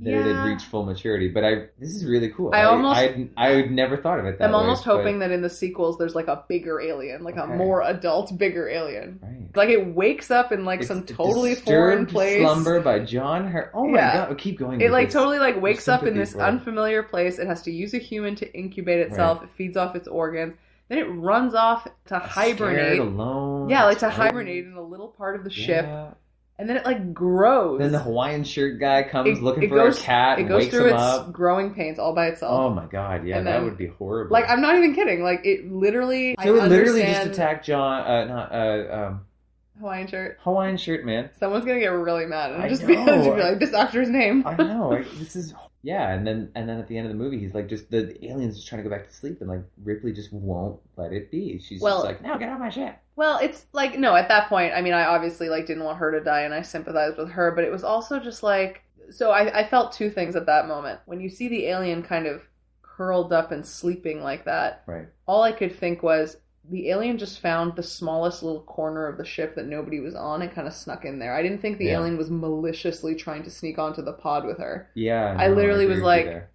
[SPEAKER 2] That it
[SPEAKER 1] Yeah.
[SPEAKER 2] had reached full maturity. But I this is really cool.
[SPEAKER 1] I almost-
[SPEAKER 2] I, I would never thought of it that
[SPEAKER 1] I'm
[SPEAKER 2] way,
[SPEAKER 1] almost
[SPEAKER 2] but-
[SPEAKER 1] hoping that in the sequels there's like a bigger alien, like
[SPEAKER 2] Okay.
[SPEAKER 1] a more adult, bigger alien.
[SPEAKER 2] Right.
[SPEAKER 1] Like it wakes up in like
[SPEAKER 2] It's
[SPEAKER 1] some totally
[SPEAKER 2] Disturbed
[SPEAKER 1] foreign place.
[SPEAKER 2] Slumber by John Her. Oh my
[SPEAKER 1] Yeah.
[SPEAKER 2] god! Keep going.
[SPEAKER 1] It
[SPEAKER 2] with
[SPEAKER 1] like
[SPEAKER 2] this.
[SPEAKER 1] totally like wakes up in
[SPEAKER 2] sympathy
[SPEAKER 1] this
[SPEAKER 2] for it.
[SPEAKER 1] unfamiliar place. It has to use a human to incubate itself. It feeds off its organs. Then it runs off to
[SPEAKER 2] Scared,
[SPEAKER 1] hibernate.
[SPEAKER 2] alone.
[SPEAKER 1] Yeah, like to
[SPEAKER 2] scared.
[SPEAKER 1] hibernate in a little part of the ship,
[SPEAKER 2] Yeah.
[SPEAKER 1] and then it like grows.
[SPEAKER 2] Then the Hawaiian shirt guy comes
[SPEAKER 1] It-
[SPEAKER 2] looking
[SPEAKER 1] it
[SPEAKER 2] for
[SPEAKER 1] goes-
[SPEAKER 2] a cat
[SPEAKER 1] it
[SPEAKER 2] and
[SPEAKER 1] goes
[SPEAKER 2] wakes
[SPEAKER 1] through
[SPEAKER 2] him
[SPEAKER 1] its
[SPEAKER 2] up.
[SPEAKER 1] growing pains all by itself.
[SPEAKER 2] Oh my god, yeah,
[SPEAKER 1] And
[SPEAKER 2] that
[SPEAKER 1] then-
[SPEAKER 2] would be horrible.
[SPEAKER 1] Like I'm not even kidding. Like it literally.
[SPEAKER 2] so
[SPEAKER 1] I
[SPEAKER 2] it literally
[SPEAKER 1] understand-
[SPEAKER 2] just attacked John, uh, not uh, um,
[SPEAKER 1] Hawaiian shirt.
[SPEAKER 2] Hawaiian shirt man.
[SPEAKER 1] Someone's gonna get really mad and
[SPEAKER 2] I
[SPEAKER 1] just be,
[SPEAKER 2] know.
[SPEAKER 1] just be like, "This actor's name."
[SPEAKER 2] I know I, this is yeah, and then and then at the end of the movie, he's like just the, the aliens just trying to go back to sleep, and like Ripley just won't let it be. She's
[SPEAKER 1] Well-
[SPEAKER 2] just like, no, get off my ship.
[SPEAKER 1] Well, it's like no. At that point, I mean, I obviously like didn't want her to die, and I sympathized with her, but it was also just like so. I, I felt two things at that moment. When you see the alien kind of curled up and sleeping like that,
[SPEAKER 2] Right.
[SPEAKER 1] all I could think was the alien just found the smallest little corner of the ship that nobody was on and kind of snuck in there. I didn't think the
[SPEAKER 2] Yeah.
[SPEAKER 1] alien was maliciously trying to sneak onto the pod with her.
[SPEAKER 2] Yeah,
[SPEAKER 1] I
[SPEAKER 2] no,
[SPEAKER 1] literally
[SPEAKER 2] agree
[SPEAKER 1] was
[SPEAKER 2] with you
[SPEAKER 1] like-
[SPEAKER 2] there.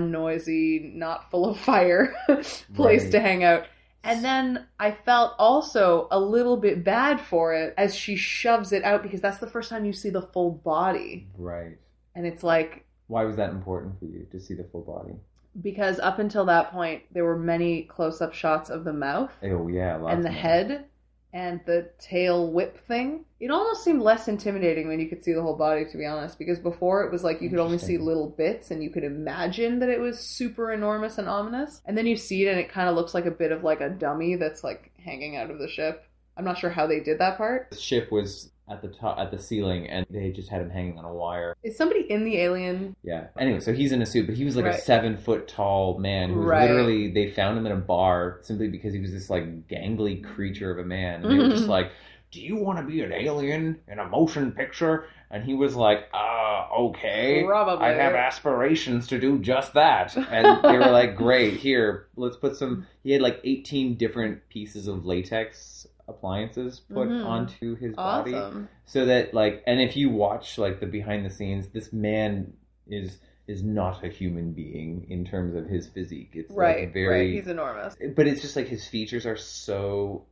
[SPEAKER 1] non-noisy, not full of fire place to hang out. And then I felt also a little bit bad for it as she shoves it out because that's the first time you see the full body.
[SPEAKER 2] right.
[SPEAKER 1] And it's like
[SPEAKER 2] Why was that important for you to see the full body?
[SPEAKER 1] because up until that point there were many close-up shots of the mouth
[SPEAKER 2] Oh yeah, lots
[SPEAKER 1] and the
[SPEAKER 2] of them.
[SPEAKER 1] head and the tail whip thing. It almost seemed less intimidating when you could see the whole body, to be honest, because before it was like you could only see
[SPEAKER 2] Interesting.
[SPEAKER 1] little bits and you could imagine that it was super enormous and ominous. And then you see it and it kind of looks like a bit of like a dummy that's like hanging out of the ship. I'm not sure how they did that part.
[SPEAKER 2] The ship was at the top at the ceiling, and they just had him hanging on a wire.
[SPEAKER 1] Is somebody in the alien?
[SPEAKER 2] Yeah. Anyway, so he's in a suit, but he was like
[SPEAKER 1] Right.
[SPEAKER 2] a seven foot tall man who was
[SPEAKER 1] Right.
[SPEAKER 2] literally they found him in a bar simply because he was this like gangly creature of a man. And they were
[SPEAKER 1] Mm-hmm.
[SPEAKER 2] just like, "Do you want to be an alien in a motion picture?" And he was like, "Uh, okay."
[SPEAKER 1] Probably.
[SPEAKER 2] I have aspirations to do just that. And they were like, great, here, let's put some. He had like 18 different pieces of latex appliances put
[SPEAKER 1] Mhm.
[SPEAKER 2] onto his body
[SPEAKER 1] Awesome.
[SPEAKER 2] so that like and if you watch like the behind the scenes this man is is not a human being in terms of his physique it's
[SPEAKER 1] Right,
[SPEAKER 2] like very
[SPEAKER 1] right. He's enormous.
[SPEAKER 2] but it's just like his features are so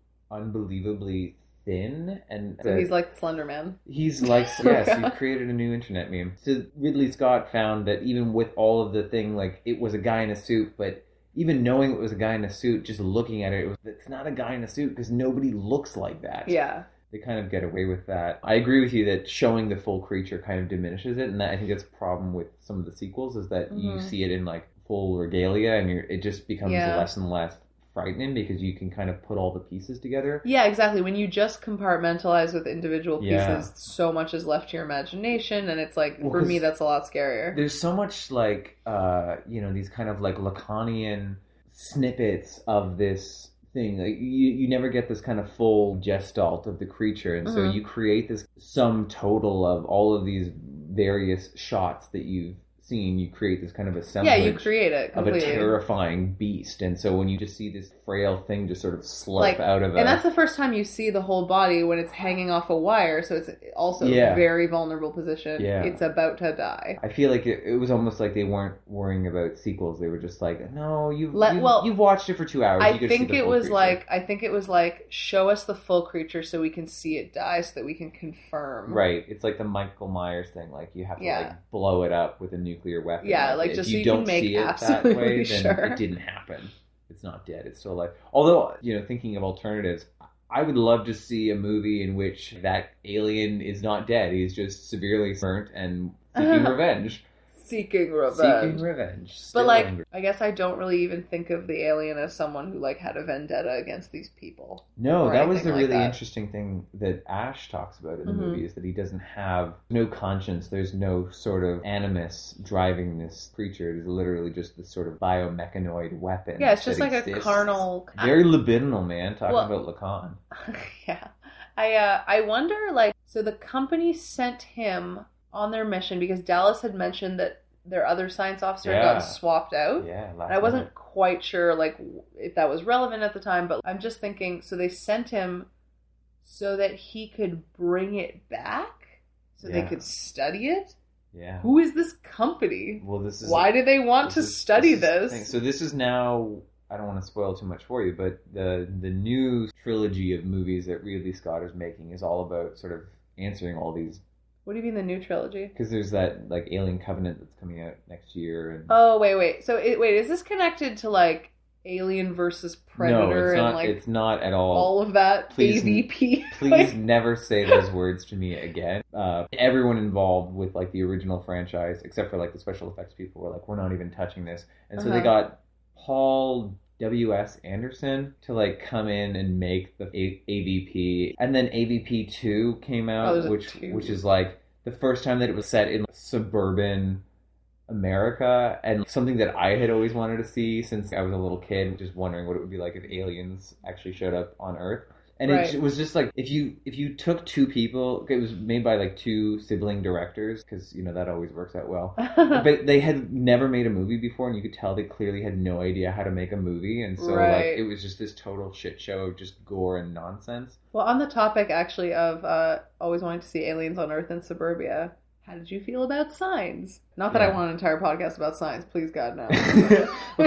[SPEAKER 2] unbelievably thin and
[SPEAKER 1] So he's like Slender Man.
[SPEAKER 2] He's like yes,
[SPEAKER 1] Yeah.
[SPEAKER 2] he created a new internet meme. So Ridley Scott found that even with all of the thing, like it was a guy in a suit, but even knowing it was a guy in a suit, just looking at it, it was, it's not a guy in a suit because nobody looks like that
[SPEAKER 1] Yeah.
[SPEAKER 2] they kind of get away with that. I agree with you that showing the full creature kind of diminishes it, and that, I think that's a problem with some of the sequels is that
[SPEAKER 1] Mhm.
[SPEAKER 2] you see it in like full regalia, and you're, it just becomes
[SPEAKER 1] Yeah.
[SPEAKER 2] less and less frightening because you can kind of put all the pieces together.
[SPEAKER 1] Yeah, exactly. When you just compartmentalize with individual pieces,
[SPEAKER 2] Yeah.
[SPEAKER 1] so much is left to your imagination, and it's like
[SPEAKER 2] Well,
[SPEAKER 1] for me
[SPEAKER 2] 'cause
[SPEAKER 1] that's a lot scarier.
[SPEAKER 2] There's so much like uh, you know these kind of like Lacanian snippets of this thing. Like you, you never get this kind of full gestalt of the creature, and so
[SPEAKER 1] Mhm.
[SPEAKER 2] you create this sum total of all of these various shots that you've scene, you create this kind of a
[SPEAKER 1] yeah, you
[SPEAKER 2] semblance
[SPEAKER 1] create it
[SPEAKER 2] of a
[SPEAKER 1] completely.
[SPEAKER 2] terrifying beast. And so when you just see this frail thing just sort of slip
[SPEAKER 1] Like,
[SPEAKER 2] out of a
[SPEAKER 1] and that's the first time you see the whole body when it's hanging off a wire, so it's also
[SPEAKER 2] Yeah.
[SPEAKER 1] a very vulnerable position.
[SPEAKER 2] Yeah.
[SPEAKER 1] It's about to die.
[SPEAKER 2] I feel like it, it was almost like they weren't worrying about sequels. They were just like, no, you've
[SPEAKER 1] Let-
[SPEAKER 2] you've,
[SPEAKER 1] well,
[SPEAKER 2] you've watched it for two hours.
[SPEAKER 1] I
[SPEAKER 2] you get to see
[SPEAKER 1] think
[SPEAKER 2] the
[SPEAKER 1] it
[SPEAKER 2] full
[SPEAKER 1] was
[SPEAKER 2] creature.
[SPEAKER 1] like I think it was like show us the full creature so we can see it die so that we can confirm.
[SPEAKER 2] right. It's like the Michael Myers thing. Like you have to
[SPEAKER 1] Yeah.
[SPEAKER 2] like blow it up with a nuclear weapon.
[SPEAKER 1] Yeah, like,
[SPEAKER 2] if
[SPEAKER 1] just so
[SPEAKER 2] you
[SPEAKER 1] you
[SPEAKER 2] don't
[SPEAKER 1] can make
[SPEAKER 2] see it that way,
[SPEAKER 1] absolutely
[SPEAKER 2] then
[SPEAKER 1] sure.
[SPEAKER 2] it didn't happen. It's not dead. It's still alive. Although you know, thinking of alternatives. I would love to see a movie in which that alien is not dead. He's just severely burnt and seeking revenge.
[SPEAKER 1] Seeking
[SPEAKER 2] Seeking
[SPEAKER 1] revenge.
[SPEAKER 2] revenge. Still
[SPEAKER 1] but like
[SPEAKER 2] angry.
[SPEAKER 1] I guess I don't really even think of the alien as someone who like had a vendetta against these people.
[SPEAKER 2] No,
[SPEAKER 1] or
[SPEAKER 2] that was the
[SPEAKER 1] anything like
[SPEAKER 2] really
[SPEAKER 1] that.
[SPEAKER 2] interesting thing that Ash talks about in the
[SPEAKER 1] Mhm.
[SPEAKER 2] movie is that he doesn't have no conscience. There's no sort of animus driving this creature. It is literally just this sort of biomechanoid weapon.
[SPEAKER 1] Yeah, it's just
[SPEAKER 2] that
[SPEAKER 1] like a
[SPEAKER 2] exists.
[SPEAKER 1] carnal
[SPEAKER 2] Very libidinal, man. Talking
[SPEAKER 1] Well-
[SPEAKER 2] about Lacan.
[SPEAKER 1] yeah. I uh, I wonder like so the company sent him on their mission because Dallas had mentioned that their other science officer
[SPEAKER 2] Yeah.
[SPEAKER 1] got swapped out.
[SPEAKER 2] Yeah, last
[SPEAKER 1] And oh, I wasn't
[SPEAKER 2] minute.
[SPEAKER 1] quite sure like w- if that was relevant at the time, but I'm just thinking so they sent him so that he could bring it back so
[SPEAKER 2] Yeah.
[SPEAKER 1] they could study it.
[SPEAKER 2] Yeah.
[SPEAKER 1] Who is this company?
[SPEAKER 2] Well, this is
[SPEAKER 1] Why do they want to
[SPEAKER 2] This is-
[SPEAKER 1] study
[SPEAKER 2] is the
[SPEAKER 1] this?
[SPEAKER 2] thing. So this is now. I don't want to spoil too much for you, but the the new trilogy of movies that Ridley Scott is making is all about sort of answering all these
[SPEAKER 1] What do you mean the new trilogy?
[SPEAKER 2] Because there's that like Alien Covenant that's coming out next year, and
[SPEAKER 1] Oh wait, wait. So it, wait, is this connected to like Alien versus
[SPEAKER 2] no,
[SPEAKER 1] Predator
[SPEAKER 2] it's not.
[SPEAKER 1] and like
[SPEAKER 2] it's not at all.
[SPEAKER 1] all of that
[SPEAKER 2] Please-
[SPEAKER 1] AVP?
[SPEAKER 2] Please
[SPEAKER 1] like-
[SPEAKER 2] never say those words to me again. Uh, everyone involved with like the original franchise, except for like the special effects people, were like, "We're not even touching this." And so they
[SPEAKER 1] Uh-huh.
[SPEAKER 2] got Paul W. S. Anderson to like come in and make the A- AVP, and then AVP two came
[SPEAKER 1] Oh,
[SPEAKER 2] out,
[SPEAKER 1] there's a
[SPEAKER 2] which
[SPEAKER 1] two.
[SPEAKER 2] which is like the first time that it was set in suburban America and something that I had always wanted to see since I was a little kid, just wondering what it would be like if aliens actually showed up on Earth. And it
[SPEAKER 1] Right.
[SPEAKER 2] j- was just like if you if you took two people, it was made by like two sibling directors because you know that always works out well. But they had never made a movie before, and you could tell they clearly had no idea how to make a movie, and so like
[SPEAKER 1] Right.
[SPEAKER 2] it was just this total shit show of just gore and nonsense.
[SPEAKER 1] well, on the topic actually of uh, always wanting to see aliens on Earth in suburbia, how did you feel about signs? Not that I
[SPEAKER 2] Yeah.
[SPEAKER 1] want an entire podcast about signs. Please God no.
[SPEAKER 2] okay,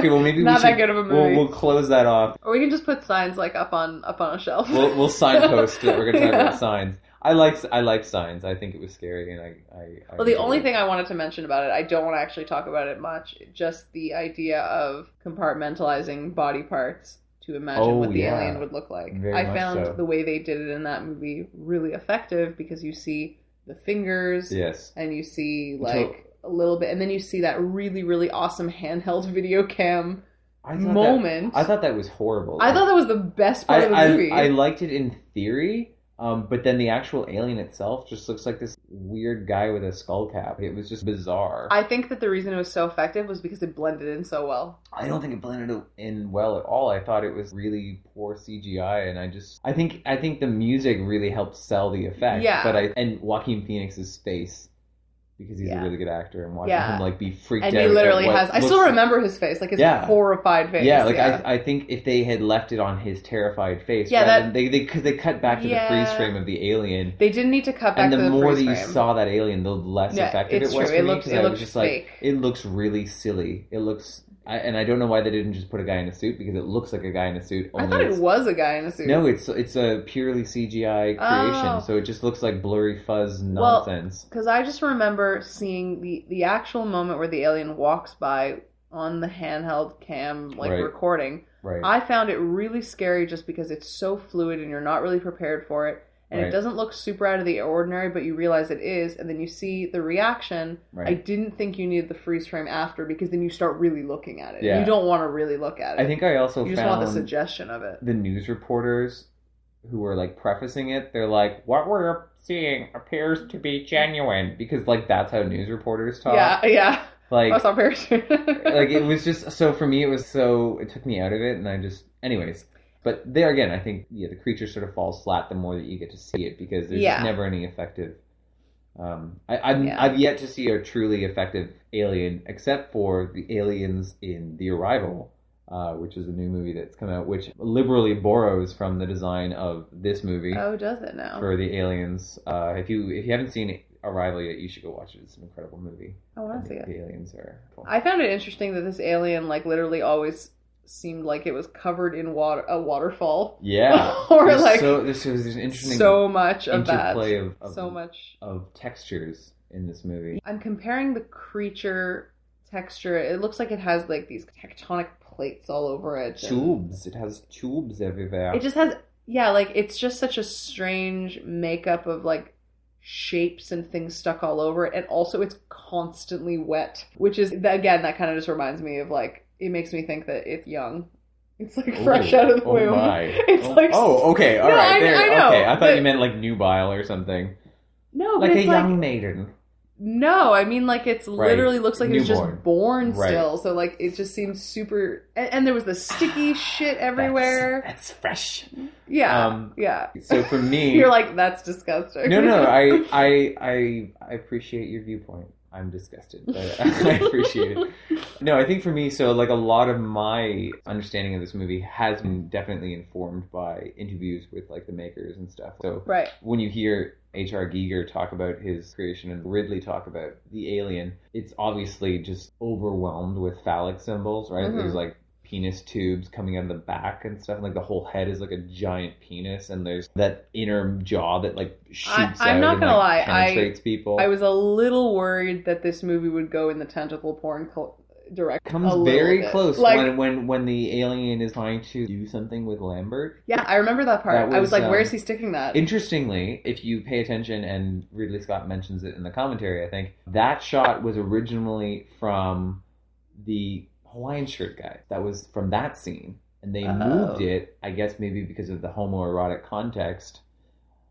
[SPEAKER 2] well maybe we
[SPEAKER 1] Not that
[SPEAKER 2] should,
[SPEAKER 1] good of a movie.
[SPEAKER 2] we'll, we'll close that off.
[SPEAKER 1] or we can just put signs like up on up on a shelf.
[SPEAKER 2] We'll we'll signpost that we're gonna talk
[SPEAKER 1] Yeah.
[SPEAKER 2] about signs. I like I like signs. I think it was scary, and I. I, I
[SPEAKER 1] Well, the
[SPEAKER 2] enjoyed
[SPEAKER 1] only
[SPEAKER 2] it.
[SPEAKER 1] thing I wanted to mention about it, I don't want to actually talk about it much, just the idea of compartmentalizing body parts to imagine
[SPEAKER 2] Oh,
[SPEAKER 1] what the
[SPEAKER 2] yeah.
[SPEAKER 1] alien would look like.
[SPEAKER 2] Very
[SPEAKER 1] I
[SPEAKER 2] much
[SPEAKER 1] found
[SPEAKER 2] so.
[SPEAKER 1] the way they did it in that movie really effective because you see the fingers
[SPEAKER 2] Yes.
[SPEAKER 1] and you see
[SPEAKER 2] Until-
[SPEAKER 1] like a little bit, and then you see that really, really awesome handheld video cam
[SPEAKER 2] I thought that-
[SPEAKER 1] moment.
[SPEAKER 2] I thought that was horrible.
[SPEAKER 1] I thought that was the best part of the
[SPEAKER 2] I,
[SPEAKER 1] movie.
[SPEAKER 2] I, I liked it in theory, um, but then the actual alien itself just looks like this weird guy with a skull cap. It was just bizarre.
[SPEAKER 1] I think that the reason it was so effective was because it blended in so well.
[SPEAKER 2] I don't think it blended in well at all. I thought it was really poor CGI, and I just I think I think the music really helped sell the effect.
[SPEAKER 1] Yeah.
[SPEAKER 2] But I and Joaquin Phoenix's face because he's
[SPEAKER 1] Yeah.
[SPEAKER 2] a really good actor, and watching
[SPEAKER 1] Yeah.
[SPEAKER 2] him like be freaked
[SPEAKER 1] and
[SPEAKER 2] out.
[SPEAKER 1] he
[SPEAKER 2] at
[SPEAKER 1] literally
[SPEAKER 2] what
[SPEAKER 1] has. I
[SPEAKER 2] looks
[SPEAKER 1] still
[SPEAKER 2] like-
[SPEAKER 1] remember his face, like his
[SPEAKER 2] Yeah.
[SPEAKER 1] horrified face.
[SPEAKER 2] Yeah, like I, I think if they had left it on his terrified face,
[SPEAKER 1] Yeah,
[SPEAKER 2] rather
[SPEAKER 1] that-
[SPEAKER 2] than- they because they, cut back to
[SPEAKER 1] Yeah.
[SPEAKER 2] the freeze frame of the alien,
[SPEAKER 1] they didn't need to cut back
[SPEAKER 2] and the,
[SPEAKER 1] to the
[SPEAKER 2] more that
[SPEAKER 1] freeze
[SPEAKER 2] you
[SPEAKER 1] frame.
[SPEAKER 2] saw that alien, the less
[SPEAKER 1] Yeah,
[SPEAKER 2] effective
[SPEAKER 1] it's
[SPEAKER 2] it was
[SPEAKER 1] true.
[SPEAKER 2] for
[SPEAKER 1] It
[SPEAKER 2] me
[SPEAKER 1] looked-
[SPEAKER 2] because
[SPEAKER 1] it
[SPEAKER 2] I was
[SPEAKER 1] looked
[SPEAKER 2] just
[SPEAKER 1] fake.
[SPEAKER 2] like, it looks really silly. It looks, I, and I don't know why they didn't just put a guy in a suit because it looks like a guy in a suit. Only
[SPEAKER 1] I thought it
[SPEAKER 2] it's-
[SPEAKER 1] was a guy in a suit.
[SPEAKER 2] No, it's it's a purely CGI creation,
[SPEAKER 1] Oh.
[SPEAKER 2] so it just looks like blurry fuzz
[SPEAKER 1] Well-
[SPEAKER 2] nonsense.
[SPEAKER 1] because I just remember seeing the the actual moment where the alien walks by on the handheld cam, like
[SPEAKER 2] Right.
[SPEAKER 1] recording.
[SPEAKER 2] right.
[SPEAKER 1] I found it really scary just because it's so fluid and you're not really prepared for it. And
[SPEAKER 2] Right.
[SPEAKER 1] it doesn't look super out of the ordinary, but you realize it is, and then you see the reaction. I
[SPEAKER 2] right.
[SPEAKER 1] didn't think you needed the freeze frame after because then you start really looking at it.
[SPEAKER 2] Yeah.
[SPEAKER 1] You don't want to really look at
[SPEAKER 2] I,
[SPEAKER 1] it.
[SPEAKER 2] think I also
[SPEAKER 1] you just
[SPEAKER 2] found
[SPEAKER 1] want the suggestion of it.
[SPEAKER 2] the news reporters who were like prefacing it, they're like, "What we're seeing appears to be genuine," because like that's how news reporters talk.
[SPEAKER 1] Yeah, yeah.
[SPEAKER 2] Like,
[SPEAKER 1] I was on parachute.
[SPEAKER 2] like it was just so for me it was so it took me out of it and i just anyways but there again i think yeah the creature sort of falls flat the more that you get to see it because there's just
[SPEAKER 1] Yeah.
[SPEAKER 2] never any effective Um, I, I'm,
[SPEAKER 1] Yeah.
[SPEAKER 2] I've yet to see a truly effective alien, except for the aliens in The Arrival, uh, which is a new movie that's come out, which liberally borrows from the design of this movie
[SPEAKER 1] Oh, does it now?
[SPEAKER 2] for the aliens. Uh, if you if you haven't seen Arrival yet, you should go watch it. It's an incredible movie.
[SPEAKER 1] I want to
[SPEAKER 2] I
[SPEAKER 1] see
[SPEAKER 2] think
[SPEAKER 1] it.
[SPEAKER 2] The aliens are. Cool.
[SPEAKER 1] I found it interesting that this alien like literally always seemed like it was covered in water a waterfall
[SPEAKER 2] yeah.
[SPEAKER 1] or
[SPEAKER 2] There's
[SPEAKER 1] like so,
[SPEAKER 2] so this was an interesting
[SPEAKER 1] much of that
[SPEAKER 2] interplay of, of
[SPEAKER 1] so much
[SPEAKER 2] of textures in this movie.
[SPEAKER 1] I'm comparing the creature texture it looks like it has like these tectonic plates all over it and-
[SPEAKER 2] Tubes. It has tubes everywhere.
[SPEAKER 1] it just has yeah like it's just such a strange makeup of like shapes and things stuck all over it and also it's constantly wet which is that- again that kind of just reminds me of like it makes me think that it's young it's like
[SPEAKER 2] Oh,
[SPEAKER 1] fresh out of the
[SPEAKER 2] oh
[SPEAKER 1] womb
[SPEAKER 2] My.
[SPEAKER 1] It's
[SPEAKER 2] oh,
[SPEAKER 1] like-
[SPEAKER 2] oh, okay, all
[SPEAKER 1] No,
[SPEAKER 2] right.
[SPEAKER 1] I-
[SPEAKER 2] there,
[SPEAKER 1] I know,
[SPEAKER 2] okay, I thought
[SPEAKER 1] but-
[SPEAKER 2] you meant like nubile or something,
[SPEAKER 1] no but
[SPEAKER 2] like a
[SPEAKER 1] it's like
[SPEAKER 2] young maiden.
[SPEAKER 1] no i mean like it's
[SPEAKER 2] Right.
[SPEAKER 1] literally looks like it's
[SPEAKER 2] Newborn.
[SPEAKER 1] just born
[SPEAKER 2] Right.
[SPEAKER 1] still so like it just seems super and, and there was the sticky shit everywhere
[SPEAKER 2] That's, that's fresh.
[SPEAKER 1] yeah
[SPEAKER 2] Um,
[SPEAKER 1] yeah
[SPEAKER 2] so for me,
[SPEAKER 1] you're like that's disgusting
[SPEAKER 2] no, no, I, I, I, I appreciate your viewpoint. I'm disgusted, but I appreciate it. No, I think for me, so like a lot of my understanding of this movie has been definitely informed by interviews with like the makers and stuff. So
[SPEAKER 1] right
[SPEAKER 2] when you hear H.R. Giger talk about his creation and Ridley talk about the alien, it's obviously just overwhelmed with phallic symbols, right?
[SPEAKER 1] Mhm.
[SPEAKER 2] There's like penis tubes coming out of the back and stuff. Like the whole head is like a giant penis, and there's that inner jaw that like shoots
[SPEAKER 1] I'm
[SPEAKER 2] out
[SPEAKER 1] not
[SPEAKER 2] and,
[SPEAKER 1] gonna
[SPEAKER 2] like,
[SPEAKER 1] lie, I-
[SPEAKER 2] penetrates people.
[SPEAKER 1] I was a little worried that this movie would go in the tentacle porn col- direction.
[SPEAKER 2] comes
[SPEAKER 1] a little
[SPEAKER 2] very
[SPEAKER 1] bit.
[SPEAKER 2] close
[SPEAKER 1] Like,
[SPEAKER 2] when, when when the alien is trying to do something with Lambert.
[SPEAKER 1] yeah, I remember that part.
[SPEAKER 2] That
[SPEAKER 1] I
[SPEAKER 2] was,
[SPEAKER 1] was like,
[SPEAKER 2] um,
[SPEAKER 1] where is he sticking that?
[SPEAKER 2] Interestingly, if you pay attention, and Ridley Scott mentions it in the commentary, I think that shot was originally from the Hawaiian shirt guy. That was from that scene, and they
[SPEAKER 1] Oh.
[SPEAKER 2] moved it, I guess, maybe because of the homoerotic context.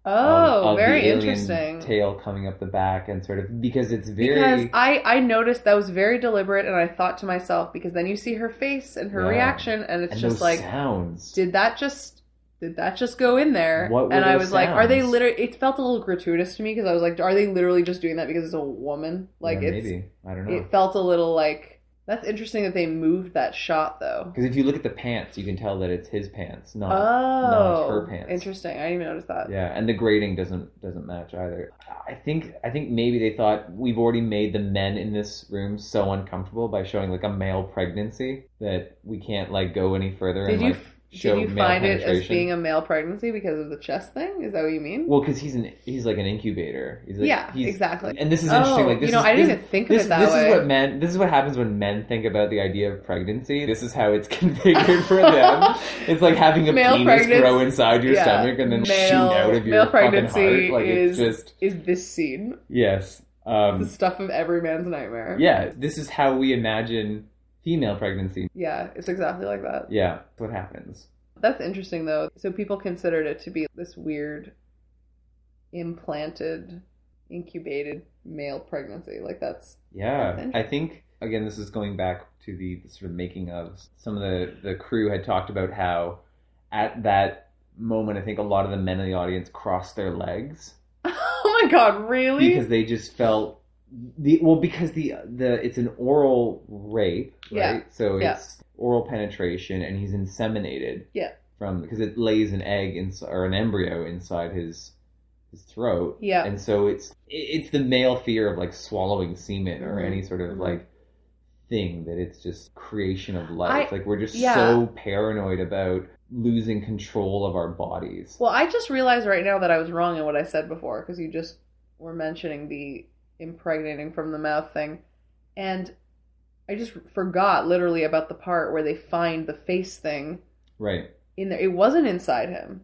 [SPEAKER 2] of-
[SPEAKER 1] oh,
[SPEAKER 2] of the
[SPEAKER 1] very
[SPEAKER 2] alien
[SPEAKER 1] interesting.
[SPEAKER 2] Tail coming up the back and sort of because it's very
[SPEAKER 1] because I, I noticed that was very deliberate, and I thought to myself, because then you see her face and her
[SPEAKER 2] Yeah.
[SPEAKER 1] reaction, and it's
[SPEAKER 2] and
[SPEAKER 1] just
[SPEAKER 2] those
[SPEAKER 1] like,
[SPEAKER 2] sounds.
[SPEAKER 1] did that just did that just go in there?
[SPEAKER 2] What were
[SPEAKER 1] and I
[SPEAKER 2] those
[SPEAKER 1] was like, are they
[SPEAKER 2] sounds?
[SPEAKER 1] literally? It felt a little gratuitous to me because I was like, are they literally just doing that because it's a woman? Like
[SPEAKER 2] Yeah,
[SPEAKER 1] it's
[SPEAKER 2] maybe I don't know.
[SPEAKER 1] it felt a little like that's interesting that they moved that shot though.
[SPEAKER 2] Because if you look at the pants, you can tell that it's his pants, not
[SPEAKER 1] Oh,
[SPEAKER 2] her pants.
[SPEAKER 1] interesting. I didn't even notice that.
[SPEAKER 2] Yeah, and the grading doesn't doesn't match either. I think I think maybe they thought we've already made the men in this room so uncomfortable by showing like a male pregnancy that we can't like go any further.
[SPEAKER 1] Did
[SPEAKER 2] and,
[SPEAKER 1] you
[SPEAKER 2] like, show
[SPEAKER 1] did you
[SPEAKER 2] male
[SPEAKER 1] find it as
[SPEAKER 2] penetration.
[SPEAKER 1] being a male pregnancy because of the chest thing? Is that what you mean?
[SPEAKER 2] well? Because he's an he's like an incubator. He's like,
[SPEAKER 1] yeah,
[SPEAKER 2] he's,
[SPEAKER 1] exactly.
[SPEAKER 2] And this is
[SPEAKER 1] Oh,
[SPEAKER 2] interesting. Like this
[SPEAKER 1] you know,
[SPEAKER 2] is,
[SPEAKER 1] I didn't
[SPEAKER 2] this,
[SPEAKER 1] even think of
[SPEAKER 2] this,
[SPEAKER 1] it that
[SPEAKER 2] this
[SPEAKER 1] way.
[SPEAKER 2] is what men. This is what happens when men think about the idea of pregnancy. This is how it's configured for them. It's like having a
[SPEAKER 1] Male
[SPEAKER 2] penis
[SPEAKER 1] pregnancy-
[SPEAKER 2] grow inside your
[SPEAKER 1] yeah.
[SPEAKER 2] stomach and then shoot
[SPEAKER 1] Male-
[SPEAKER 2] out of your
[SPEAKER 1] male
[SPEAKER 2] fucking
[SPEAKER 1] pregnancy
[SPEAKER 2] heart. Like
[SPEAKER 1] is-
[SPEAKER 2] it's just
[SPEAKER 1] is this scene
[SPEAKER 2] yes.
[SPEAKER 1] the
[SPEAKER 2] Um,
[SPEAKER 1] stuff of every man's nightmare?
[SPEAKER 2] yeah, this is how we imagine female pregnancy.
[SPEAKER 1] yeah, it's exactly like that.
[SPEAKER 2] Yeah, that's what happens.
[SPEAKER 1] That's interesting though. So people considered it to be this weird implanted incubated male pregnancy. Like that's That's
[SPEAKER 2] Yeah, I
[SPEAKER 1] interesting.
[SPEAKER 2] think again, this is going back to the, the sort of making of. Some of the the crew had talked about how at that moment, I think a lot of the men in the audience crossed their legs
[SPEAKER 1] Oh my god, really?
[SPEAKER 2] because they just felt the well because the the it's an oral rape, right?
[SPEAKER 1] Yeah.
[SPEAKER 2] So
[SPEAKER 1] Yeah.
[SPEAKER 2] it's oral penetration, and he's inseminated.
[SPEAKER 1] Yeah.
[SPEAKER 2] From because it lays an egg ins or an embryo inside his his throat.
[SPEAKER 1] yeah.
[SPEAKER 2] and so it's it's the male fear of like swallowing semen or
[SPEAKER 1] Mhm.
[SPEAKER 2] any sort of
[SPEAKER 1] Mhm.
[SPEAKER 2] like thing that it's just creation of life like we're just
[SPEAKER 1] yeah.
[SPEAKER 2] so paranoid about losing control of our bodies
[SPEAKER 1] Well, I just realized right now that I was wrong in what I said before because you just were mentioning the impregnating from the mouth thing. And I just forgot literally about the part where they find the face thing
[SPEAKER 2] right
[SPEAKER 1] in there. It wasn't inside him.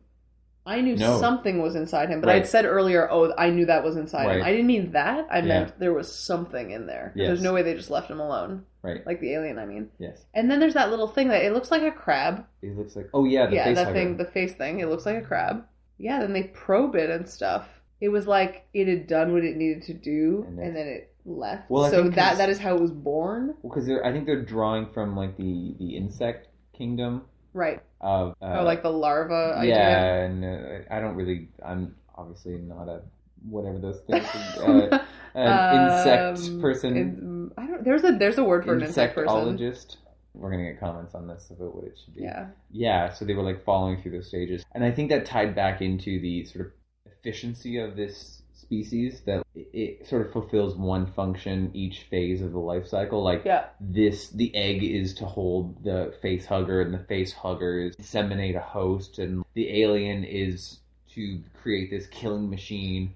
[SPEAKER 1] I knew
[SPEAKER 2] No.
[SPEAKER 1] something was inside him, but
[SPEAKER 2] Right.
[SPEAKER 1] I'd said earlier, oh, I knew that was inside him.
[SPEAKER 2] Right.
[SPEAKER 1] I didn't mean that. I
[SPEAKER 2] Yeah.
[SPEAKER 1] meant there was something in there. There's
[SPEAKER 2] Yes.
[SPEAKER 1] no way they just left him alone,
[SPEAKER 2] right
[SPEAKER 1] like the alien, I mean.
[SPEAKER 2] yes
[SPEAKER 1] And then there's that little thing that it looks like a crab.
[SPEAKER 2] it looks like oh yeah the
[SPEAKER 1] yeah,
[SPEAKER 2] face
[SPEAKER 1] that
[SPEAKER 2] hugger.
[SPEAKER 1] thing, the face thing. It looks like a crab. Yeah, then they probe it and stuff. It was like it had done what it needed to do, and,
[SPEAKER 2] And then-
[SPEAKER 1] then it left.
[SPEAKER 2] Well, I
[SPEAKER 1] so
[SPEAKER 2] think
[SPEAKER 1] that
[SPEAKER 2] 'cause-
[SPEAKER 1] that is how it was born,
[SPEAKER 2] because they're i think they're drawing from like the the insect kingdom
[SPEAKER 1] right?
[SPEAKER 2] of uh,
[SPEAKER 1] Oh, or like the larva idea.
[SPEAKER 2] yeah and uh, i don't really i'm obviously not a whatever those things. Uh, an
[SPEAKER 1] Um,
[SPEAKER 2] insect person,
[SPEAKER 1] in- I don't. There's a there's a word for an insect person.
[SPEAKER 2] insectologist. We're gonna get comments on this about what it should be.
[SPEAKER 1] Yeah.
[SPEAKER 2] Yeah, so they were like following through those stages. And I think that tied back into the sort of efficiency of this species that it, it sort of fulfills one function each phase of the life cycle. Like
[SPEAKER 1] Yeah.
[SPEAKER 2] this, the egg is to hold the face hugger, and the face hugger is disseminate a host, and the alien is to create this killing machine.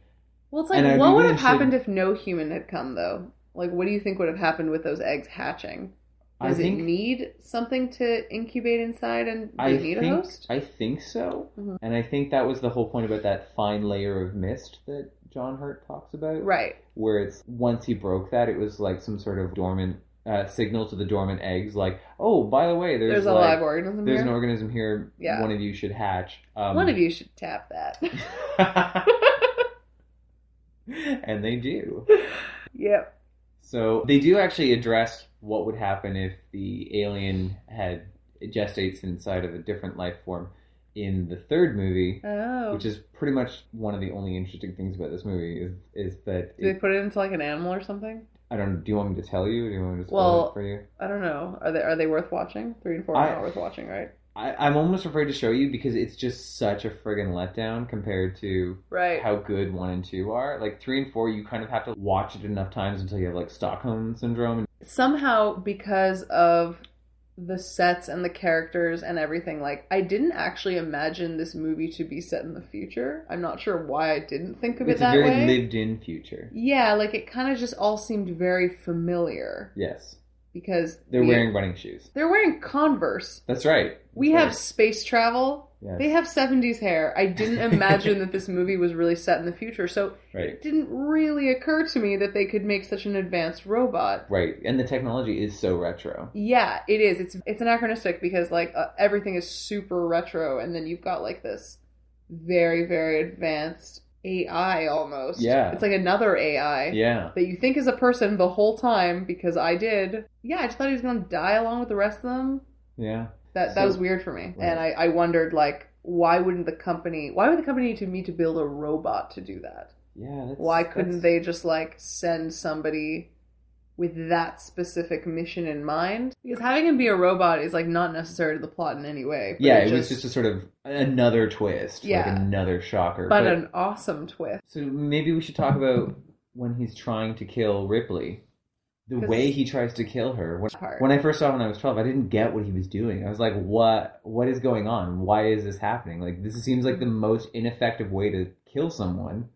[SPEAKER 1] Well, it's
[SPEAKER 2] And I'd
[SPEAKER 1] like
[SPEAKER 2] be
[SPEAKER 1] what would
[SPEAKER 2] really
[SPEAKER 1] have happened if no human had come though? Like, what do you think would have happened with those eggs hatching?
[SPEAKER 2] I
[SPEAKER 1] Does
[SPEAKER 2] think
[SPEAKER 1] it need something to incubate inside, and do
[SPEAKER 2] I
[SPEAKER 1] it need
[SPEAKER 2] think,
[SPEAKER 1] a host?
[SPEAKER 2] I think so.
[SPEAKER 1] Mhm.
[SPEAKER 2] And I think that was the whole point about that fine layer of mist that John Hurt talks about.
[SPEAKER 1] Right.
[SPEAKER 2] where it's once he broke that, it was like some sort of dormant uh, signal to the dormant eggs, like, oh, by the way, there's,
[SPEAKER 1] There's, a
[SPEAKER 2] like-
[SPEAKER 1] live organism
[SPEAKER 2] there's
[SPEAKER 1] here.
[SPEAKER 2] an organism here.
[SPEAKER 1] Yeah.
[SPEAKER 2] One of you should hatch. Um,
[SPEAKER 1] One of you should tap that.
[SPEAKER 2] and they do.
[SPEAKER 1] yep.
[SPEAKER 2] So they do actually address what would happen if the alien had gestates inside of a different life form in the third movie.
[SPEAKER 1] Oh.
[SPEAKER 2] Which is pretty much one of the only interesting things about this movie is is that
[SPEAKER 1] do they
[SPEAKER 2] it,
[SPEAKER 1] put it into like an animal or something?
[SPEAKER 2] I don't. Do you want me to tell you? Or do you want me to spoil
[SPEAKER 1] Well,
[SPEAKER 2] it for you?
[SPEAKER 1] I don't know. Are they are they worth watching? Three and four are
[SPEAKER 2] I-
[SPEAKER 1] not worth watching, right?
[SPEAKER 2] I, I'm almost afraid to show you because it's just such a friggin' letdown compared to
[SPEAKER 1] Right.
[SPEAKER 2] how good one and two are. Like three and four, you kind of have to watch it enough times until you have like Stockholm syndrome.
[SPEAKER 1] somehow because of the sets and the characters and everything like i didn't actually imagine this movie to be set in the future i'm not sure why i didn't think of it
[SPEAKER 2] It's a
[SPEAKER 1] that
[SPEAKER 2] very
[SPEAKER 1] way
[SPEAKER 2] lived-in future.
[SPEAKER 1] yeah like it kind of just all seemed very familiar
[SPEAKER 2] Yes,
[SPEAKER 1] because
[SPEAKER 2] they're
[SPEAKER 1] we-
[SPEAKER 2] wearing running shoes.
[SPEAKER 1] they're wearing converse
[SPEAKER 2] That's right.
[SPEAKER 1] we
[SPEAKER 2] That's
[SPEAKER 1] have space travel
[SPEAKER 2] right.
[SPEAKER 1] they
[SPEAKER 2] Yes.
[SPEAKER 1] have 70s hair i didn't imagine that this movie was really set in the future so
[SPEAKER 2] right,
[SPEAKER 1] it didn't really occur to me that they could make such an advanced robot
[SPEAKER 2] right, and the technology is so retro.
[SPEAKER 1] Yeah, it is. It's it's anachronistic because like uh, everything is super retro, and then you've got like this very very advanced AI almost.
[SPEAKER 2] Yeah.
[SPEAKER 1] it's like another AI
[SPEAKER 2] Yeah,
[SPEAKER 1] that you think is a person the whole time because I did. Yeah, I just thought he was gonna die along with the rest of them.
[SPEAKER 2] yeah.
[SPEAKER 1] That that
[SPEAKER 2] So-
[SPEAKER 1] was weird for me,
[SPEAKER 2] Right.
[SPEAKER 1] and I I wondered like why wouldn't the company why would the company need to me to build a robot to do that?
[SPEAKER 2] Yeah, that's,
[SPEAKER 1] Why
[SPEAKER 2] that's-
[SPEAKER 1] couldn't they just like send somebody with that specific mission in mind? Because having him be a robot is like not necessary to the plot in any way. but
[SPEAKER 2] Yeah, it was just a sort of another twist, like
[SPEAKER 1] Yeah.
[SPEAKER 2] another shocker.
[SPEAKER 1] but an awesome twist.
[SPEAKER 2] So maybe we should talk about when he's trying to kill Ripley. The
[SPEAKER 1] 'Cause-
[SPEAKER 2] way he tries to kill her. When,
[SPEAKER 1] Part.
[SPEAKER 2] when I first saw it when I was 12, I didn't get what he was doing. I was like, "What what is going on? Why is this happening? Like this seems like the most ineffective way to kill someone."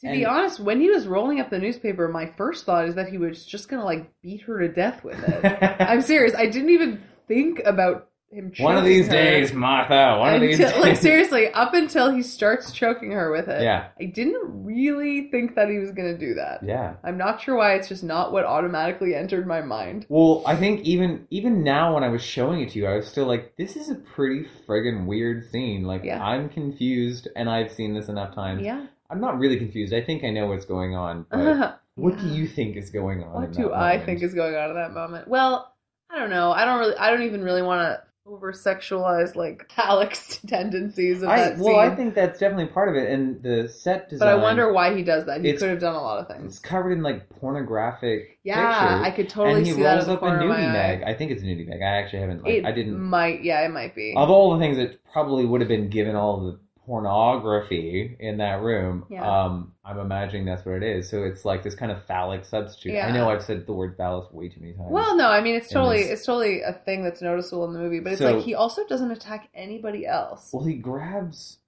[SPEAKER 1] to be
[SPEAKER 2] and-
[SPEAKER 1] honest, when he was rolling up the newspaper, my first thought is that he was just gonna like beat her to death with it. I'm serious. I didn't even think about him.
[SPEAKER 2] one of
[SPEAKER 1] choking
[SPEAKER 2] these
[SPEAKER 1] her
[SPEAKER 2] days, Martha, one of these
[SPEAKER 1] until-
[SPEAKER 2] days.
[SPEAKER 1] like seriously, up until he starts choking her with it,
[SPEAKER 2] Yeah.
[SPEAKER 1] I didn't really think that he was gonna do that.
[SPEAKER 2] Yeah.
[SPEAKER 1] I'm not sure why it's just not what automatically entered my mind.
[SPEAKER 2] Well, I think even even now when I was showing it to you, I was still like, this is a pretty friggin' weird scene. Like
[SPEAKER 1] Yeah.
[SPEAKER 2] I'm confused and I've seen this enough times.
[SPEAKER 1] Yeah.
[SPEAKER 2] I'm not really confused. I think I know what's going on. But What do you think is going on?
[SPEAKER 1] what
[SPEAKER 2] in
[SPEAKER 1] do
[SPEAKER 2] that
[SPEAKER 1] I
[SPEAKER 2] moment?
[SPEAKER 1] think is going on at that moment? Well, I don't know. I don't really. I don't even really want to over sexualize like Alex's tendencies of
[SPEAKER 2] I,
[SPEAKER 1] that
[SPEAKER 2] well, I
[SPEAKER 1] scene.
[SPEAKER 2] think that's definitely part of it, and the set
[SPEAKER 1] but
[SPEAKER 2] design.
[SPEAKER 1] I wonder why he does that. He
[SPEAKER 2] It's-
[SPEAKER 1] could have done a lot of
[SPEAKER 2] It's
[SPEAKER 1] things.
[SPEAKER 2] covered in like pornographic.
[SPEAKER 1] Yeah,
[SPEAKER 2] pictures,
[SPEAKER 1] I could totally
[SPEAKER 2] and he
[SPEAKER 1] see that
[SPEAKER 2] rolls
[SPEAKER 1] as a
[SPEAKER 2] up a
[SPEAKER 1] corner of
[SPEAKER 2] nudie
[SPEAKER 1] my eye.
[SPEAKER 2] bag. I think it's a nudie bag. I actually haven't. Like,
[SPEAKER 1] it
[SPEAKER 2] I didn't.
[SPEAKER 1] Might. Yeah, it might be.
[SPEAKER 2] Of all the things that probably would have been given all the pornography in that room,
[SPEAKER 1] Yeah.
[SPEAKER 2] um, I'm imagining that's what it is. So it's like this kind of phallic substitute. I
[SPEAKER 1] Yeah.
[SPEAKER 2] know I've said the word phallus way too many times.
[SPEAKER 1] well, no, I mean it's
[SPEAKER 2] in
[SPEAKER 1] totally
[SPEAKER 2] this-
[SPEAKER 1] it's totally a thing that's noticeable in the movie, but it's
[SPEAKER 2] So-
[SPEAKER 1] like he also doesn't attack anybody else,
[SPEAKER 2] well, he grabs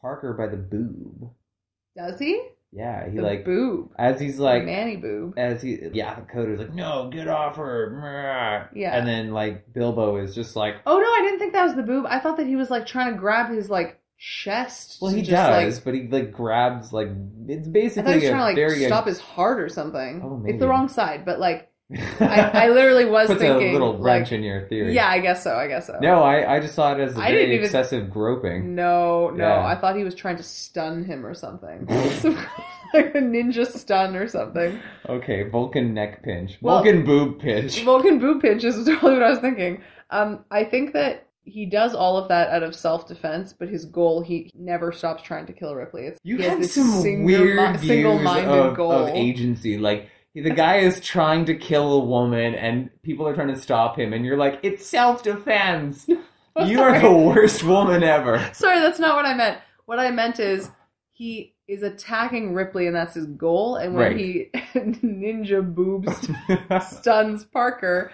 [SPEAKER 2] Parker by the boob.
[SPEAKER 1] does he?
[SPEAKER 2] Yeah, he
[SPEAKER 1] the
[SPEAKER 2] like
[SPEAKER 1] boob,
[SPEAKER 2] as he's
[SPEAKER 1] like
[SPEAKER 2] like
[SPEAKER 1] Manny boob.
[SPEAKER 2] as he yeah the coder's like no get off her
[SPEAKER 1] Yeah.
[SPEAKER 2] and then like bilbo is just like
[SPEAKER 1] Oh no, I didn't think that was the boob. I thought that he was like trying to grab his like chest.
[SPEAKER 2] well
[SPEAKER 1] to
[SPEAKER 2] he
[SPEAKER 1] just,
[SPEAKER 2] does
[SPEAKER 1] Like,
[SPEAKER 2] but he like grabs like it's
[SPEAKER 1] I thought he
[SPEAKER 2] basically
[SPEAKER 1] was
[SPEAKER 2] a
[SPEAKER 1] trying to like
[SPEAKER 2] very
[SPEAKER 1] stop his heart or something.
[SPEAKER 2] Oh,
[SPEAKER 1] it's
[SPEAKER 2] maybe.
[SPEAKER 1] the wrong side, but like I, I literally was
[SPEAKER 2] puts
[SPEAKER 1] thinking
[SPEAKER 2] a little wrench
[SPEAKER 1] like,
[SPEAKER 2] in your theory
[SPEAKER 1] Yeah, I guess so. I guess so.
[SPEAKER 2] no I I just saw it as a
[SPEAKER 1] I
[SPEAKER 2] very
[SPEAKER 1] didn't even-
[SPEAKER 2] excessive groping
[SPEAKER 1] no, no.
[SPEAKER 2] Yeah.
[SPEAKER 1] I thought he was trying to stun him or something, Some- like a ninja stun or something.
[SPEAKER 2] okay Vulcan neck pinch
[SPEAKER 1] Well-
[SPEAKER 2] Vulcan boob pinch
[SPEAKER 1] Vulcan boob pinch is totally what I was thinking. Um, I think that he does all of that out of self defense, but his goal he never stops trying to kill Ripley. It's
[SPEAKER 2] You
[SPEAKER 1] he has
[SPEAKER 2] have
[SPEAKER 1] this
[SPEAKER 2] some
[SPEAKER 1] single-
[SPEAKER 2] weird views
[SPEAKER 1] single-minded
[SPEAKER 2] of,
[SPEAKER 1] goal.
[SPEAKER 2] of agency. Like the guy is trying to kill a woman, and people are trying to stop him, and you're like, "It's self defense."
[SPEAKER 1] I'm
[SPEAKER 2] You
[SPEAKER 1] sorry.
[SPEAKER 2] are the worst woman ever.
[SPEAKER 1] Sorry, that's not what I meant. What I meant is he is attacking Ripley, and that's his goal. And when
[SPEAKER 2] Right.
[SPEAKER 1] he ninja boobs stuns Parker,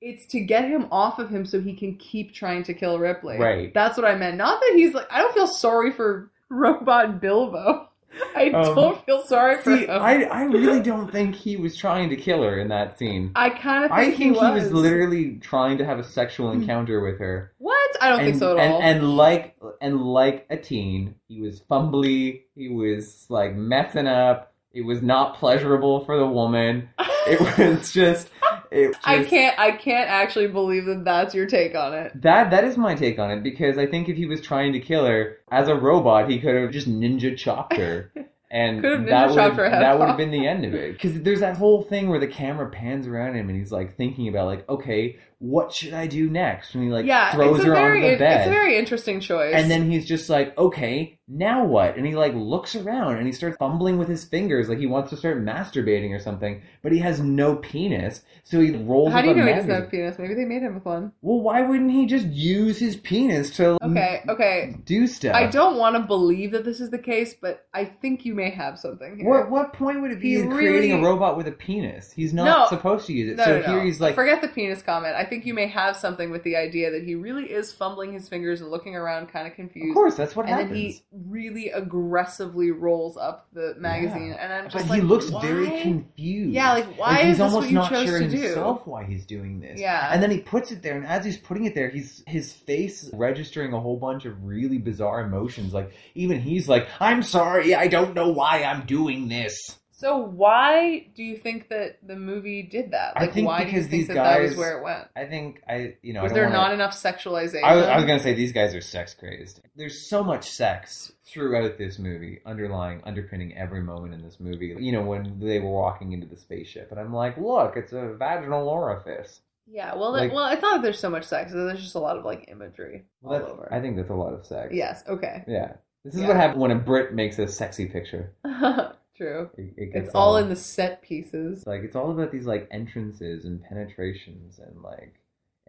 [SPEAKER 1] it's to get him off of him so he can keep trying to kill Ripley.
[SPEAKER 2] Right.
[SPEAKER 1] That's what I meant. Not that he's like I don't feel sorry for Robot Bilbo. I
[SPEAKER 2] Um,
[SPEAKER 1] don't feel sorry for
[SPEAKER 2] See,
[SPEAKER 1] him.
[SPEAKER 2] I, I really don't think he was trying to kill her in that scene.
[SPEAKER 1] I kind of think,
[SPEAKER 2] I think he was.
[SPEAKER 1] was Hmm.
[SPEAKER 2] literally trying to have a sexual encounter with her.
[SPEAKER 1] What? I don't
[SPEAKER 2] and,
[SPEAKER 1] think so at
[SPEAKER 2] and,
[SPEAKER 1] all.
[SPEAKER 2] and like and like a teen, he was fumbly. He was like messing up. It was not pleasurable for the woman. It was just. It just
[SPEAKER 1] I can't. I can't actually believe that that's your take on it.
[SPEAKER 2] That that is my take on it because I think if he was trying to kill her as a robot, he could have just ninja chopped her, and
[SPEAKER 1] Could have
[SPEAKER 2] that
[SPEAKER 1] ninja
[SPEAKER 2] would have,
[SPEAKER 1] chopped her head
[SPEAKER 2] that would have
[SPEAKER 1] off.
[SPEAKER 2] been the end of it. Because there's that whole thing where the camera pans around him and he's like thinking about like, okay, what should I do next? And he like
[SPEAKER 1] yeah,
[SPEAKER 2] throws
[SPEAKER 1] it's a
[SPEAKER 2] her
[SPEAKER 1] very,
[SPEAKER 2] onto the bed,
[SPEAKER 1] it's a very interesting choice.
[SPEAKER 2] and then he's just like, okay, now what? And he like looks around and he starts fumbling with his fingers like he wants to start masturbating or something, but he has no penis, so he rolls.
[SPEAKER 1] how do you
[SPEAKER 2] up a
[SPEAKER 1] know he doesn't have
[SPEAKER 2] magazine.
[SPEAKER 1] a penis? Maybe they made him with one.
[SPEAKER 2] Well, why wouldn't he just use his penis to
[SPEAKER 1] Okay, okay.
[SPEAKER 2] do stuff?
[SPEAKER 1] I don't want to believe that this is the case, but I think you may have something here.
[SPEAKER 2] What what point would it be
[SPEAKER 1] He
[SPEAKER 2] in creating a
[SPEAKER 1] really-
[SPEAKER 2] robot with a penis? He's not
[SPEAKER 1] No.
[SPEAKER 2] supposed to use it.
[SPEAKER 1] No,
[SPEAKER 2] so
[SPEAKER 1] no,
[SPEAKER 2] here
[SPEAKER 1] no.
[SPEAKER 2] he's like,
[SPEAKER 1] forget the penis comment. I think you may have something with the idea that he really is fumbling his fingers and looking around, kind of confused.
[SPEAKER 2] of course, that's what
[SPEAKER 1] and
[SPEAKER 2] happens.
[SPEAKER 1] then he really aggressively rolls up the magazine, and I'm
[SPEAKER 2] but
[SPEAKER 1] just
[SPEAKER 2] he
[SPEAKER 1] like,
[SPEAKER 2] looks
[SPEAKER 1] why?
[SPEAKER 2] very confused.
[SPEAKER 1] Yeah, like why
[SPEAKER 2] Like,
[SPEAKER 1] is
[SPEAKER 2] he's
[SPEAKER 1] this
[SPEAKER 2] almost
[SPEAKER 1] what you
[SPEAKER 2] not
[SPEAKER 1] chose
[SPEAKER 2] sure
[SPEAKER 1] to do?
[SPEAKER 2] himself why he's doing this.
[SPEAKER 1] Yeah.
[SPEAKER 2] And then he puts it there, and as he's putting it there, he's his face registering a whole bunch of really bizarre emotions. Like even he's like, "I'm sorry, I don't know why I'm doing this."
[SPEAKER 1] So why do you think that the movie did that?
[SPEAKER 2] I
[SPEAKER 1] Like,
[SPEAKER 2] think
[SPEAKER 1] why do you
[SPEAKER 2] because
[SPEAKER 1] think
[SPEAKER 2] these
[SPEAKER 1] that that
[SPEAKER 2] guys-
[SPEAKER 1] was where it went?
[SPEAKER 2] I think I, you know,
[SPEAKER 1] Was
[SPEAKER 2] I don't
[SPEAKER 1] there
[SPEAKER 2] wanna-
[SPEAKER 1] not enough sexualization?
[SPEAKER 2] I was, I was gonna say these guys are sex crazed. There's so much sex throughout this movie, underlying, underpinning every moment in this movie. You know, when they were walking into the spaceship, and I'm like, look, it's a vaginal orifice.
[SPEAKER 1] yeah, well,
[SPEAKER 2] like-
[SPEAKER 1] it, well, I thought there's so much sex. There's just a lot of like imagery
[SPEAKER 2] Well,
[SPEAKER 1] all
[SPEAKER 2] that's,
[SPEAKER 1] over.
[SPEAKER 2] I think that's a lot of sex.
[SPEAKER 1] yes. Okay.
[SPEAKER 2] Yeah. This is
[SPEAKER 1] Yeah.
[SPEAKER 2] what happens when a Brit makes a sexy picture.
[SPEAKER 1] True.
[SPEAKER 2] It, it gets
[SPEAKER 1] It's all in the set pieces.
[SPEAKER 2] It's like it's all about these like entrances and penetrations and like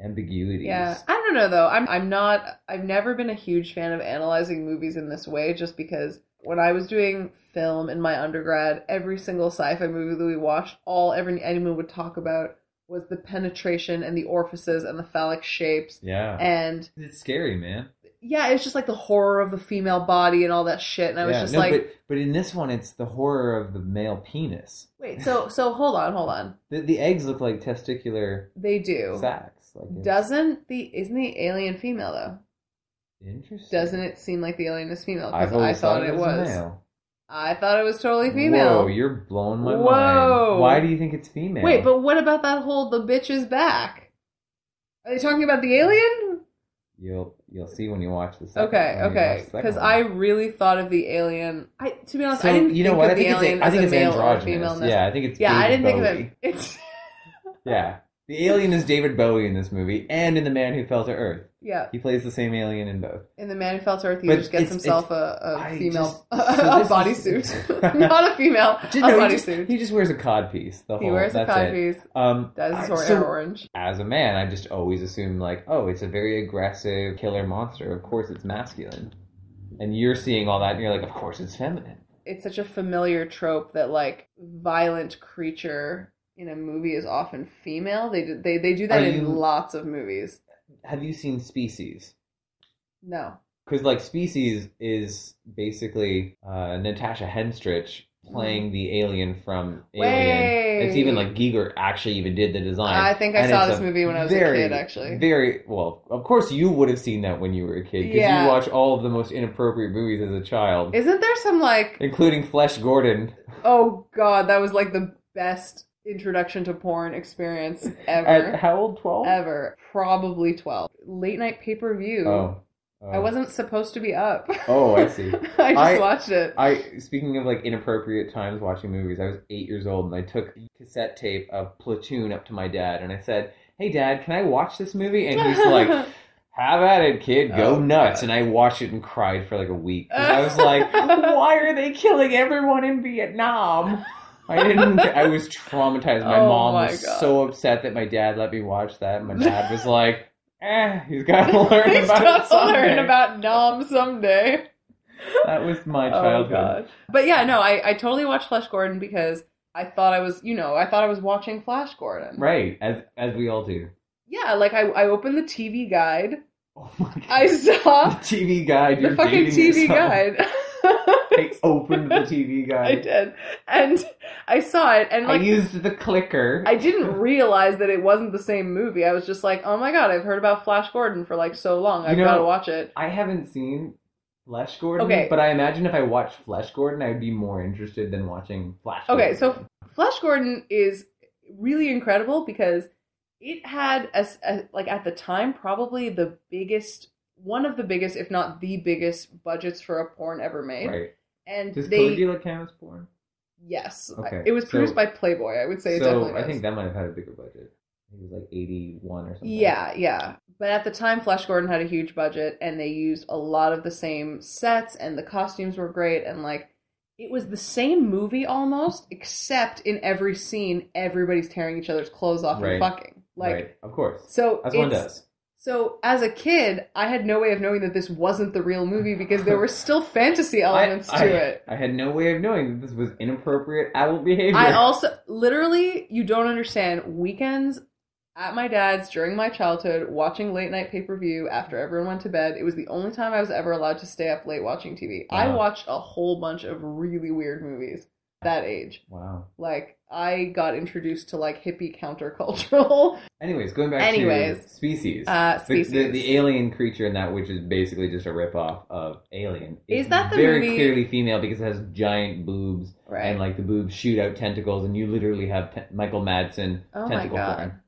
[SPEAKER 2] ambiguities.
[SPEAKER 1] Yeah, I don't know though. I'm I'm not. I've never been a huge fan of analyzing movies in this way, just because when I was doing film in my undergrad, every single sci-fi movie that we watched, all every anyone would talk about was the penetration and the orifices and the phallic shapes
[SPEAKER 2] Yeah.
[SPEAKER 1] and
[SPEAKER 2] it's scary, man.
[SPEAKER 1] yeah, it's just like the horror of the female body and all that shit. And I was
[SPEAKER 2] Yeah.
[SPEAKER 1] just
[SPEAKER 2] No,
[SPEAKER 1] like,
[SPEAKER 2] but, but in this one, it's the horror of the male penis.
[SPEAKER 1] wait, so so hold on, hold on.
[SPEAKER 2] The, the eggs look like testicular
[SPEAKER 1] They do.
[SPEAKER 2] sacs. Like it's
[SPEAKER 1] Doesn't the isn't the alien female though?
[SPEAKER 2] interesting.
[SPEAKER 1] Doesn't it seem like the alien is female?
[SPEAKER 2] I've
[SPEAKER 1] Because
[SPEAKER 2] always
[SPEAKER 1] I thought it
[SPEAKER 2] was a
[SPEAKER 1] was.
[SPEAKER 2] male.
[SPEAKER 1] I thought it was totally female.
[SPEAKER 2] Whoa, you're blowing my
[SPEAKER 1] Whoa.
[SPEAKER 2] mind. Why do you think it's female?
[SPEAKER 1] Wait, but what about that whole the bitch is back? Are they talking about the alien?
[SPEAKER 2] you'll you'll see when you watch the second.
[SPEAKER 1] Okay,
[SPEAKER 2] when you watch
[SPEAKER 1] okay.
[SPEAKER 2] the second
[SPEAKER 1] Because
[SPEAKER 2] one.
[SPEAKER 1] I really thought of the alien. I to be honest,
[SPEAKER 2] So,
[SPEAKER 1] I didn't.
[SPEAKER 2] you know
[SPEAKER 1] think
[SPEAKER 2] what?
[SPEAKER 1] Of
[SPEAKER 2] I think
[SPEAKER 1] the
[SPEAKER 2] it's
[SPEAKER 1] alien
[SPEAKER 2] a, I
[SPEAKER 1] as
[SPEAKER 2] think
[SPEAKER 1] a
[SPEAKER 2] it's
[SPEAKER 1] male or a
[SPEAKER 2] androgynous.
[SPEAKER 1] femaleness.
[SPEAKER 2] Yeah, I think it's
[SPEAKER 1] yeah. I
[SPEAKER 2] David
[SPEAKER 1] didn't think of
[SPEAKER 2] Bowie.
[SPEAKER 1] it. It's
[SPEAKER 2] Yeah, the alien is David Bowie in this movie, and in The Man Who Fell to Earth,
[SPEAKER 1] yeah.
[SPEAKER 2] he plays the same alien in both.
[SPEAKER 1] In the man who fell to earth, he
[SPEAKER 2] But
[SPEAKER 1] just gets
[SPEAKER 2] it's-
[SPEAKER 1] himself a,
[SPEAKER 2] I
[SPEAKER 1] a female
[SPEAKER 2] just- so
[SPEAKER 1] a
[SPEAKER 2] this is-
[SPEAKER 1] bodysuit, not a female, a
[SPEAKER 2] No, he, just,
[SPEAKER 1] bodysuit.
[SPEAKER 2] he just wears a codpiece. The
[SPEAKER 1] He
[SPEAKER 2] whole
[SPEAKER 1] wears a
[SPEAKER 2] that's it.
[SPEAKER 1] codpiece,
[SPEAKER 2] Um,
[SPEAKER 1] dyes
[SPEAKER 2] I-
[SPEAKER 1] his hair
[SPEAKER 2] so
[SPEAKER 1] orange.
[SPEAKER 2] as a man, I just always assume like, oh, it's a very aggressive killer monster. Of course, it's masculine. And you're seeing all that, and you're like, of course, it's feminine.
[SPEAKER 1] It's such a familiar trope that like violent creature in a movie is often female. They do, they they do that
[SPEAKER 2] Are
[SPEAKER 1] in
[SPEAKER 2] you-
[SPEAKER 1] lots of movies.
[SPEAKER 2] Have you seen Species?
[SPEAKER 1] No,
[SPEAKER 2] Because like Species is basically uh, Natasha Henstridge
[SPEAKER 1] Mm.
[SPEAKER 2] playing the alien from Alien.
[SPEAKER 1] way.
[SPEAKER 2] It's even like Giger actually even did the design.
[SPEAKER 1] I think I
[SPEAKER 2] And
[SPEAKER 1] saw
[SPEAKER 2] it's
[SPEAKER 1] this
[SPEAKER 2] a
[SPEAKER 1] movie when I was
[SPEAKER 2] very,
[SPEAKER 1] a kid. Actually,
[SPEAKER 2] Very well. Of course, you would have seen that when you were a kid because
[SPEAKER 1] Yeah.
[SPEAKER 2] you watch all of the most inappropriate movies as a child,
[SPEAKER 1] isn't there some like
[SPEAKER 2] including Flesh Gordon.
[SPEAKER 1] oh god, that was like the best introduction to porn experience ever.
[SPEAKER 2] At how old? Twelve.
[SPEAKER 1] ever. Probably 12. Late night pay per view.
[SPEAKER 2] Oh, oh.
[SPEAKER 1] I wasn't supposed to be up.
[SPEAKER 2] Oh, I see.
[SPEAKER 1] I just
[SPEAKER 2] I-
[SPEAKER 1] watched it.
[SPEAKER 2] I speaking of like inappropriate times watching movies, I was eight years old and I took cassette tape of Platoon up to my dad and I said, "Hey, Dad, can I watch this movie?" And he's like, Have at it, kid. Go
[SPEAKER 3] Oh,
[SPEAKER 2] nuts.
[SPEAKER 3] God.
[SPEAKER 2] And I watched it and cried for like a week. 'Cause I was like, why are they killing everyone in Vietnam? I didn't. I was traumatized. My
[SPEAKER 1] Oh
[SPEAKER 2] mom
[SPEAKER 1] my
[SPEAKER 2] was
[SPEAKER 1] God.
[SPEAKER 2] so upset that my dad let me watch that. And my dad was like, eh, he's got to learn
[SPEAKER 1] He's
[SPEAKER 2] about
[SPEAKER 1] got
[SPEAKER 2] it.
[SPEAKER 1] to learn
[SPEAKER 2] someday."
[SPEAKER 1] about Nom someday.
[SPEAKER 2] that was my
[SPEAKER 1] Oh,
[SPEAKER 2] childhood.
[SPEAKER 1] God. But yeah, no, I, I totally watched Flash Gordon because I thought I was, you know, I thought I was watching Flash Gordon.
[SPEAKER 2] right, as as we all do.
[SPEAKER 1] Yeah, like I, I opened the TV guide.
[SPEAKER 2] Oh my God.
[SPEAKER 1] I
[SPEAKER 2] the
[SPEAKER 1] saw
[SPEAKER 2] TV guide.
[SPEAKER 1] the
[SPEAKER 2] you're
[SPEAKER 1] fucking
[SPEAKER 2] dating
[SPEAKER 1] TV
[SPEAKER 2] yourself.
[SPEAKER 1] guide.
[SPEAKER 2] I opened the TV
[SPEAKER 1] I
[SPEAKER 2] guide.
[SPEAKER 1] did. And I saw it and
[SPEAKER 2] I,
[SPEAKER 1] like
[SPEAKER 2] used the clicker.
[SPEAKER 1] I didn't realize that it wasn't the same movie. I was just like, "Oh my god, I've heard about Flash Gordon for like so long.
[SPEAKER 2] You
[SPEAKER 1] I've
[SPEAKER 2] know-
[SPEAKER 1] got to watch it."
[SPEAKER 2] I haven't seen Flesh Gordon,
[SPEAKER 1] Okay.
[SPEAKER 2] but I imagine if I watched Flesh Gordon, I'd be more interested than watching Flash.
[SPEAKER 1] Okay,
[SPEAKER 2] Gordon.
[SPEAKER 1] so Flash Gordon is really incredible because it had as a, like at the time probably the biggest one of the biggest if not the biggest budgets for a porn ever made.
[SPEAKER 2] right,
[SPEAKER 1] And
[SPEAKER 2] does
[SPEAKER 1] they
[SPEAKER 2] Cody like cameras porn?
[SPEAKER 1] yes,
[SPEAKER 2] Okay,
[SPEAKER 1] it was
[SPEAKER 2] so-
[SPEAKER 1] produced by Playboy. I would say it
[SPEAKER 2] so
[SPEAKER 1] definitely was.
[SPEAKER 2] I think that might have had a bigger budget. It was like eighty-one or something.
[SPEAKER 1] Yeah, yeah. But at the time, Flash Gordon had a huge budget, and they used a lot of the same sets, and the costumes were great, and like it was the same movie almost, except in every scene, everybody's tearing each other's clothes off
[SPEAKER 2] Right.
[SPEAKER 1] and fucking like.
[SPEAKER 2] right. Of course,
[SPEAKER 1] So
[SPEAKER 2] as one
[SPEAKER 1] it's-
[SPEAKER 2] does.
[SPEAKER 1] So as a kid, I had no way of knowing that this wasn't the real movie because there were still fantasy elements
[SPEAKER 2] I, I-
[SPEAKER 1] to it.
[SPEAKER 2] I had no way of knowing that this was inappropriate adult behavior.
[SPEAKER 1] I also literally, you don't understand. Weekends at my dad's during my childhood, watching late night pay per view after everyone went to bed. It was the only time I was ever allowed to stay up late watching TV. I
[SPEAKER 2] Wow.
[SPEAKER 1] watched a whole bunch of really weird movies that age.
[SPEAKER 2] wow.
[SPEAKER 1] Like I got introduced to like hippie countercultural
[SPEAKER 2] Anyways, going back to
[SPEAKER 1] Anyways.
[SPEAKER 2] species.
[SPEAKER 1] uh,
[SPEAKER 2] The,
[SPEAKER 1] species.
[SPEAKER 2] the, the alien creature in that, which is basically just a ripoff of Alien,
[SPEAKER 1] Is
[SPEAKER 2] is
[SPEAKER 1] that the
[SPEAKER 2] very
[SPEAKER 1] movie-
[SPEAKER 2] clearly female because it has giant boobs
[SPEAKER 1] right.
[SPEAKER 2] and like the boobs shoot out tentacles, and you literally have te- Michael Madsen
[SPEAKER 1] Oh my
[SPEAKER 2] tentacle
[SPEAKER 1] God.
[SPEAKER 2] porn.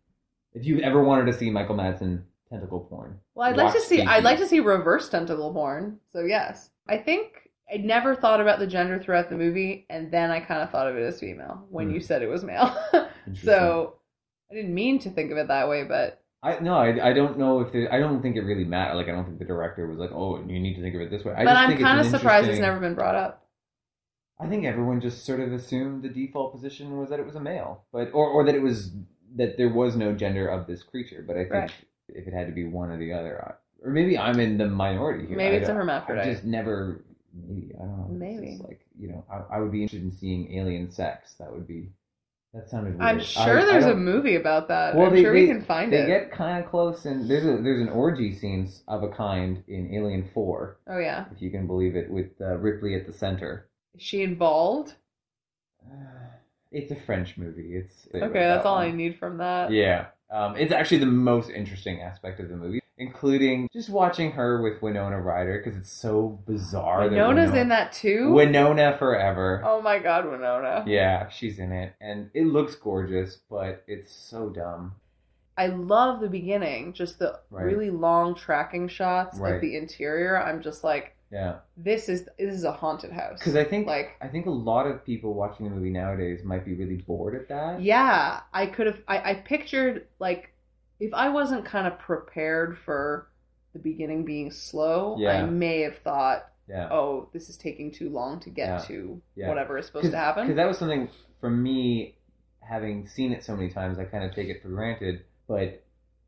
[SPEAKER 2] If you ever wanted to see Michael Madsen tentacle porn,
[SPEAKER 1] Well, I'd like to
[SPEAKER 2] Watch
[SPEAKER 1] see. I'd like to
[SPEAKER 2] Species.
[SPEAKER 1] see reverse tentacle porn. So yes, I think I never thought about the gender throughout the movie, and then I kind of thought of it as female when
[SPEAKER 2] Hmm.
[SPEAKER 1] you said it was male.
[SPEAKER 2] Interesting.
[SPEAKER 1] so I didn't mean to think of it that way, but
[SPEAKER 2] I no, I, I don't know if there, I don't think it really mattered. Like I don't think the director was like, oh, you need to think of it this way. I
[SPEAKER 1] but
[SPEAKER 2] just
[SPEAKER 1] I'm
[SPEAKER 2] think it's
[SPEAKER 1] kind of
[SPEAKER 2] an
[SPEAKER 1] surprised it's
[SPEAKER 2] interesting-
[SPEAKER 1] never been brought up.
[SPEAKER 2] I think everyone just sort of assumed the default position was that it was a male, but or or that it was that there was no gender of this creature. But I think
[SPEAKER 1] Right.
[SPEAKER 2] if it had to be one or the other, I, or maybe I'm in the minority here.
[SPEAKER 1] Maybe
[SPEAKER 2] I
[SPEAKER 1] it's a
[SPEAKER 2] don't- I
[SPEAKER 1] hermaphrodite.
[SPEAKER 2] just never. Maybe I don't know. It's
[SPEAKER 1] Maybe.
[SPEAKER 2] just like you know, I, I would be interested in seeing alien sex. That would be. That sounded. Weird.
[SPEAKER 1] I'm
[SPEAKER 2] I-
[SPEAKER 1] sure
[SPEAKER 2] I
[SPEAKER 1] there's a
[SPEAKER 2] don't-
[SPEAKER 1] movie about that.
[SPEAKER 2] Well,
[SPEAKER 1] I'm
[SPEAKER 2] they-
[SPEAKER 1] sure
[SPEAKER 2] they-
[SPEAKER 1] we can find
[SPEAKER 2] They
[SPEAKER 1] it.
[SPEAKER 2] get kind of close, and there's a there's an orgy scenes of a kind in Alien Four,
[SPEAKER 1] oh yeah,
[SPEAKER 2] if you can believe it, with uh, Ripley at the center.
[SPEAKER 1] is she involved?
[SPEAKER 2] It's a French movie. It's
[SPEAKER 1] Okay, that's all I need from that.
[SPEAKER 2] Yeah, um, it's actually the most interesting aspect of the movie, including just watching her with Winona Ryder because it's so bizarre. that
[SPEAKER 1] Winona's
[SPEAKER 2] Winona-
[SPEAKER 1] in that too.
[SPEAKER 2] Winona forever.
[SPEAKER 1] oh my god, Winona.
[SPEAKER 2] Yeah, she's in it, and it looks gorgeous, but it's so dumb.
[SPEAKER 1] I love the beginning, just the
[SPEAKER 2] Right.
[SPEAKER 1] really long tracking shots
[SPEAKER 2] Right.
[SPEAKER 1] of the interior. I'm just like,
[SPEAKER 2] Yeah,
[SPEAKER 1] this is this is a haunted house.
[SPEAKER 2] because I think
[SPEAKER 1] like,
[SPEAKER 2] I think a lot of people watching the movie nowadays might be really bored at that.
[SPEAKER 1] yeah, I could have. I, I pictured like if I wasn't kind of prepared for the beginning being slow, I
[SPEAKER 2] Yeah.
[SPEAKER 1] may have thought,
[SPEAKER 2] yeah.
[SPEAKER 1] oh, this is taking too long to get
[SPEAKER 2] Yeah.
[SPEAKER 1] to
[SPEAKER 2] Yeah.
[SPEAKER 1] whatever is supposed to happen.
[SPEAKER 2] Because that was something for me, having seen it so many times, I kind of take it for granted. But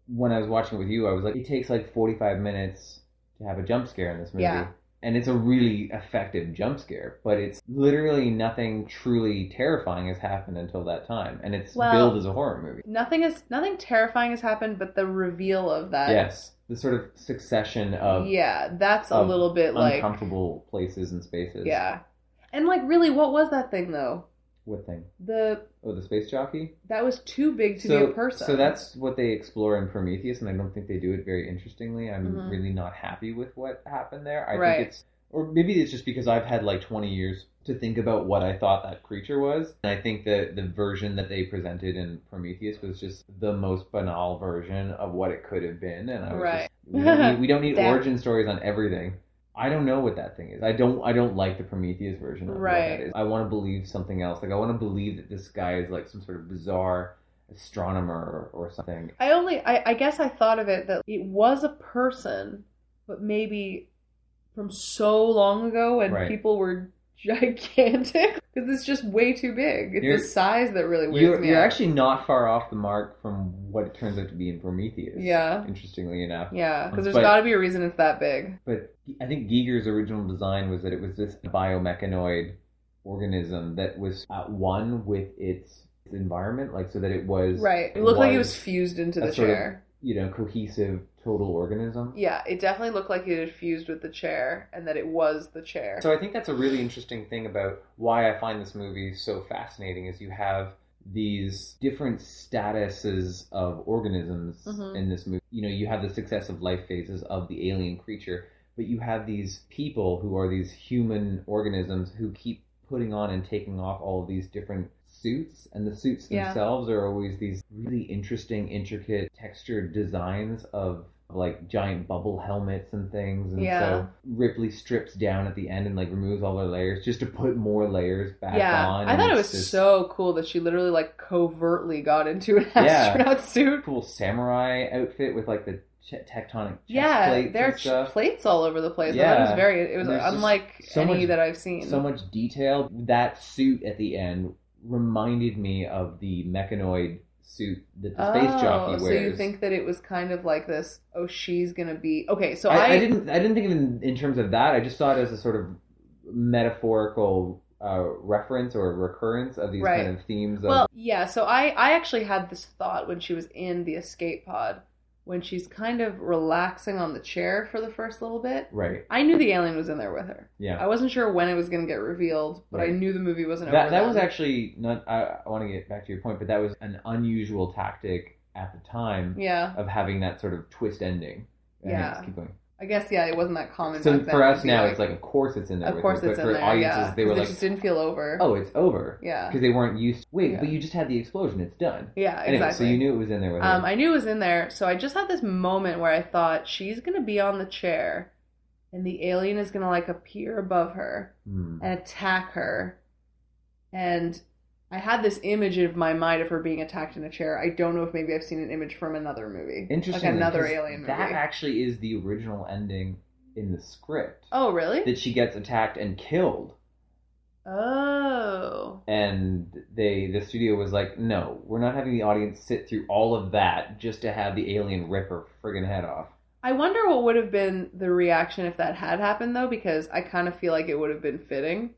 [SPEAKER 2] when I was watching it with you, I was like, it takes like 45 minutes to have a jump scare in this movie.
[SPEAKER 1] Yeah.
[SPEAKER 2] And it's a really effective jump scare, but it's literally nothing truly terrifying has happened until that time. And it's
[SPEAKER 1] Well-
[SPEAKER 2] billed as a horror movie.
[SPEAKER 1] nothing is nothing terrifying has happened, but the reveal of that,
[SPEAKER 2] yes. The sort of succession of
[SPEAKER 1] yeah, that's a
[SPEAKER 2] of
[SPEAKER 1] little bit like
[SPEAKER 2] uncomfortable places and spaces.
[SPEAKER 1] Yeah. And like really what was that thing though?
[SPEAKER 2] What thing?
[SPEAKER 1] The
[SPEAKER 2] Oh, the space jockey?
[SPEAKER 1] that was too big to be a person.
[SPEAKER 2] So that's what they explore in Prometheus, and I don't think they do it very interestingly. I'm
[SPEAKER 1] Mhm.
[SPEAKER 2] really not happy with what happened there. I
[SPEAKER 1] Right.
[SPEAKER 2] think it's, or maybe it's just because I've had like 20 years to think about what I thought that creature was. And I think that the version that they presented in Prometheus was just the most banal version of what it could have been. And I was
[SPEAKER 1] Right.
[SPEAKER 2] just, we don't need, we don't need
[SPEAKER 1] That-
[SPEAKER 2] origin stories on everything. I don't know what that thing is. I don't. I don't like the Prometheus version of what
[SPEAKER 1] Right.
[SPEAKER 2] that is. I want to believe something else. Like I want to believe that this guy is like some sort of bizarre astronomer or something.
[SPEAKER 1] I only, I, I guess I thought of it that it was a person, but maybe from so long ago when
[SPEAKER 2] Right.
[SPEAKER 1] people were gigantic because it's just way too big. It's
[SPEAKER 2] You're-
[SPEAKER 1] the size that really weighs
[SPEAKER 2] You're,
[SPEAKER 1] me
[SPEAKER 2] you're
[SPEAKER 1] out.
[SPEAKER 2] actually not far off the mark from what it turns out to be in Prometheus.
[SPEAKER 1] Yeah.
[SPEAKER 2] Interestingly enough.
[SPEAKER 1] yeah, because there's
[SPEAKER 2] But-
[SPEAKER 1] got to be a reason it's that big.
[SPEAKER 2] But I think Giger's original design was that it was this biomechanoid organism that was at one with its its environment, like so that it was
[SPEAKER 1] Right. It looked like it was
[SPEAKER 2] was
[SPEAKER 1] fused into
[SPEAKER 2] a
[SPEAKER 1] the
[SPEAKER 2] sort of-
[SPEAKER 1] chair.
[SPEAKER 2] you know cohesive total organism.
[SPEAKER 1] Yeah, it definitely looked like it had fused with the chair and that it was the chair.
[SPEAKER 2] So I think that's a really interesting thing about why I find this movie so fascinating is you have these different statuses of organisms
[SPEAKER 1] Mhm.
[SPEAKER 2] in this movie. You know, you have the successive life phases of the alien creature, but you have these people who are these human organisms who keep putting on and taking off all of these different suits and the suits
[SPEAKER 1] Yeah.
[SPEAKER 2] themselves are always these really interesting intricate textured designs of like giant bubble helmets and things and
[SPEAKER 1] Yeah.
[SPEAKER 2] so Ripley strips down at the end and like removes all her layers just to put more layers back
[SPEAKER 1] yeah,
[SPEAKER 2] on.
[SPEAKER 1] I
[SPEAKER 2] and
[SPEAKER 1] thought it was
[SPEAKER 2] it's this
[SPEAKER 1] so cool that she literally like covertly got into an
[SPEAKER 2] Yeah.
[SPEAKER 1] astronaut suit.
[SPEAKER 2] cool samurai outfit with like the ch- tectonic chest
[SPEAKER 1] Yeah,
[SPEAKER 2] plates
[SPEAKER 1] there are
[SPEAKER 2] and stuff.
[SPEAKER 1] ch- plates all over the place. Yeah. That was
[SPEAKER 2] Yeah.
[SPEAKER 1] very. It was
[SPEAKER 2] There's just
[SPEAKER 1] unlike
[SPEAKER 2] so
[SPEAKER 1] any
[SPEAKER 2] much-
[SPEAKER 1] that I've seen.
[SPEAKER 2] so much detail. That suit at the end reminded me of the mechanoid suit that the space jockey wears.
[SPEAKER 1] Oh, so you think that it was kind of like this? Oh, she's gonna be okay. So
[SPEAKER 2] I,
[SPEAKER 1] I,
[SPEAKER 2] I didn't I didn't think of it in, in terms of that. I just saw it as a sort of metaphorical uh, reference or recurrence of these
[SPEAKER 1] Right.
[SPEAKER 2] kind of themes. Of,
[SPEAKER 1] Well, yeah. So I, I actually had this thought when she was in the escape pod, when she's kind of relaxing on the chair for the first little bit.
[SPEAKER 2] right?
[SPEAKER 1] I knew the alien was in there with her.
[SPEAKER 2] Yeah.
[SPEAKER 1] I wasn't sure when it was going to get revealed, but I
[SPEAKER 2] Right.
[SPEAKER 1] knew the movie wasn't over.
[SPEAKER 2] That, that
[SPEAKER 1] then.
[SPEAKER 2] was actually not. I, I want to get back to your point, but that was an unusual tactic at the time
[SPEAKER 1] Yeah,
[SPEAKER 2] of having that sort of twist ending. I
[SPEAKER 1] Yeah.
[SPEAKER 2] just keep going.
[SPEAKER 1] I guess yeah, it wasn't that common.
[SPEAKER 2] So
[SPEAKER 1] back then.
[SPEAKER 2] for us
[SPEAKER 1] It'd be
[SPEAKER 2] now, it's like, of course it's in there.
[SPEAKER 1] of
[SPEAKER 2] with
[SPEAKER 1] course
[SPEAKER 2] us,
[SPEAKER 1] it's
[SPEAKER 2] but
[SPEAKER 1] in
[SPEAKER 2] for
[SPEAKER 1] there.
[SPEAKER 2] audiences,
[SPEAKER 1] yeah,
[SPEAKER 2] they were
[SPEAKER 1] 'cause it
[SPEAKER 2] like,
[SPEAKER 1] just didn't feel over.
[SPEAKER 2] "Oh, it's over,"
[SPEAKER 1] yeah,
[SPEAKER 2] because they weren't used. Wait,
[SPEAKER 1] Yeah.
[SPEAKER 2] but you just had the explosion. It's done.
[SPEAKER 1] yeah, exactly.
[SPEAKER 2] Anyway, so you knew it was in there. With
[SPEAKER 1] Um,
[SPEAKER 2] her.
[SPEAKER 1] I knew it was in there, so I just had this moment where I thought she's gonna be on the chair, and the alien is gonna like appear above her
[SPEAKER 2] Hmm.
[SPEAKER 1] and attack her, and I had this image of my mind of her being attacked in a chair. I don't know if maybe I've seen an image from another movie,
[SPEAKER 2] Interesting.
[SPEAKER 1] like another
[SPEAKER 2] 'cause
[SPEAKER 1] alien movie.
[SPEAKER 2] That actually is the original ending in the script.
[SPEAKER 1] oh, really?
[SPEAKER 2] That she gets attacked and killed,
[SPEAKER 1] oh,
[SPEAKER 2] and they the studio was like, "No, we're not having the audience sit through all of that just to have the alien rip her friggin' head off."
[SPEAKER 1] I wonder what would have been the reaction if that had happened though, because I kind of feel like it would have been fitting.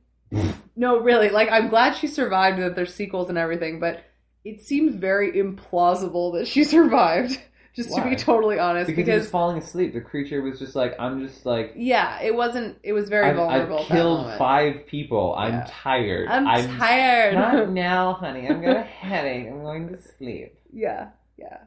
[SPEAKER 1] no, really, like I'm glad she survived and that there's sequels and everything, but it seems very implausible that she survived. Just to
[SPEAKER 2] Why?
[SPEAKER 1] be totally honest,
[SPEAKER 2] Because,
[SPEAKER 1] because,
[SPEAKER 2] he was falling asleep, the creature was just like, "I'm just like."
[SPEAKER 1] yeah, it wasn't. It was very
[SPEAKER 2] I've, I've
[SPEAKER 1] vulnerable. at that
[SPEAKER 2] killed
[SPEAKER 1] moment.
[SPEAKER 2] five people. I'm
[SPEAKER 1] Yeah.
[SPEAKER 2] tired.
[SPEAKER 1] I'm, tired.
[SPEAKER 2] Not now, honey. I'm got a headache. I'm going to sleep.
[SPEAKER 1] yeah, yeah.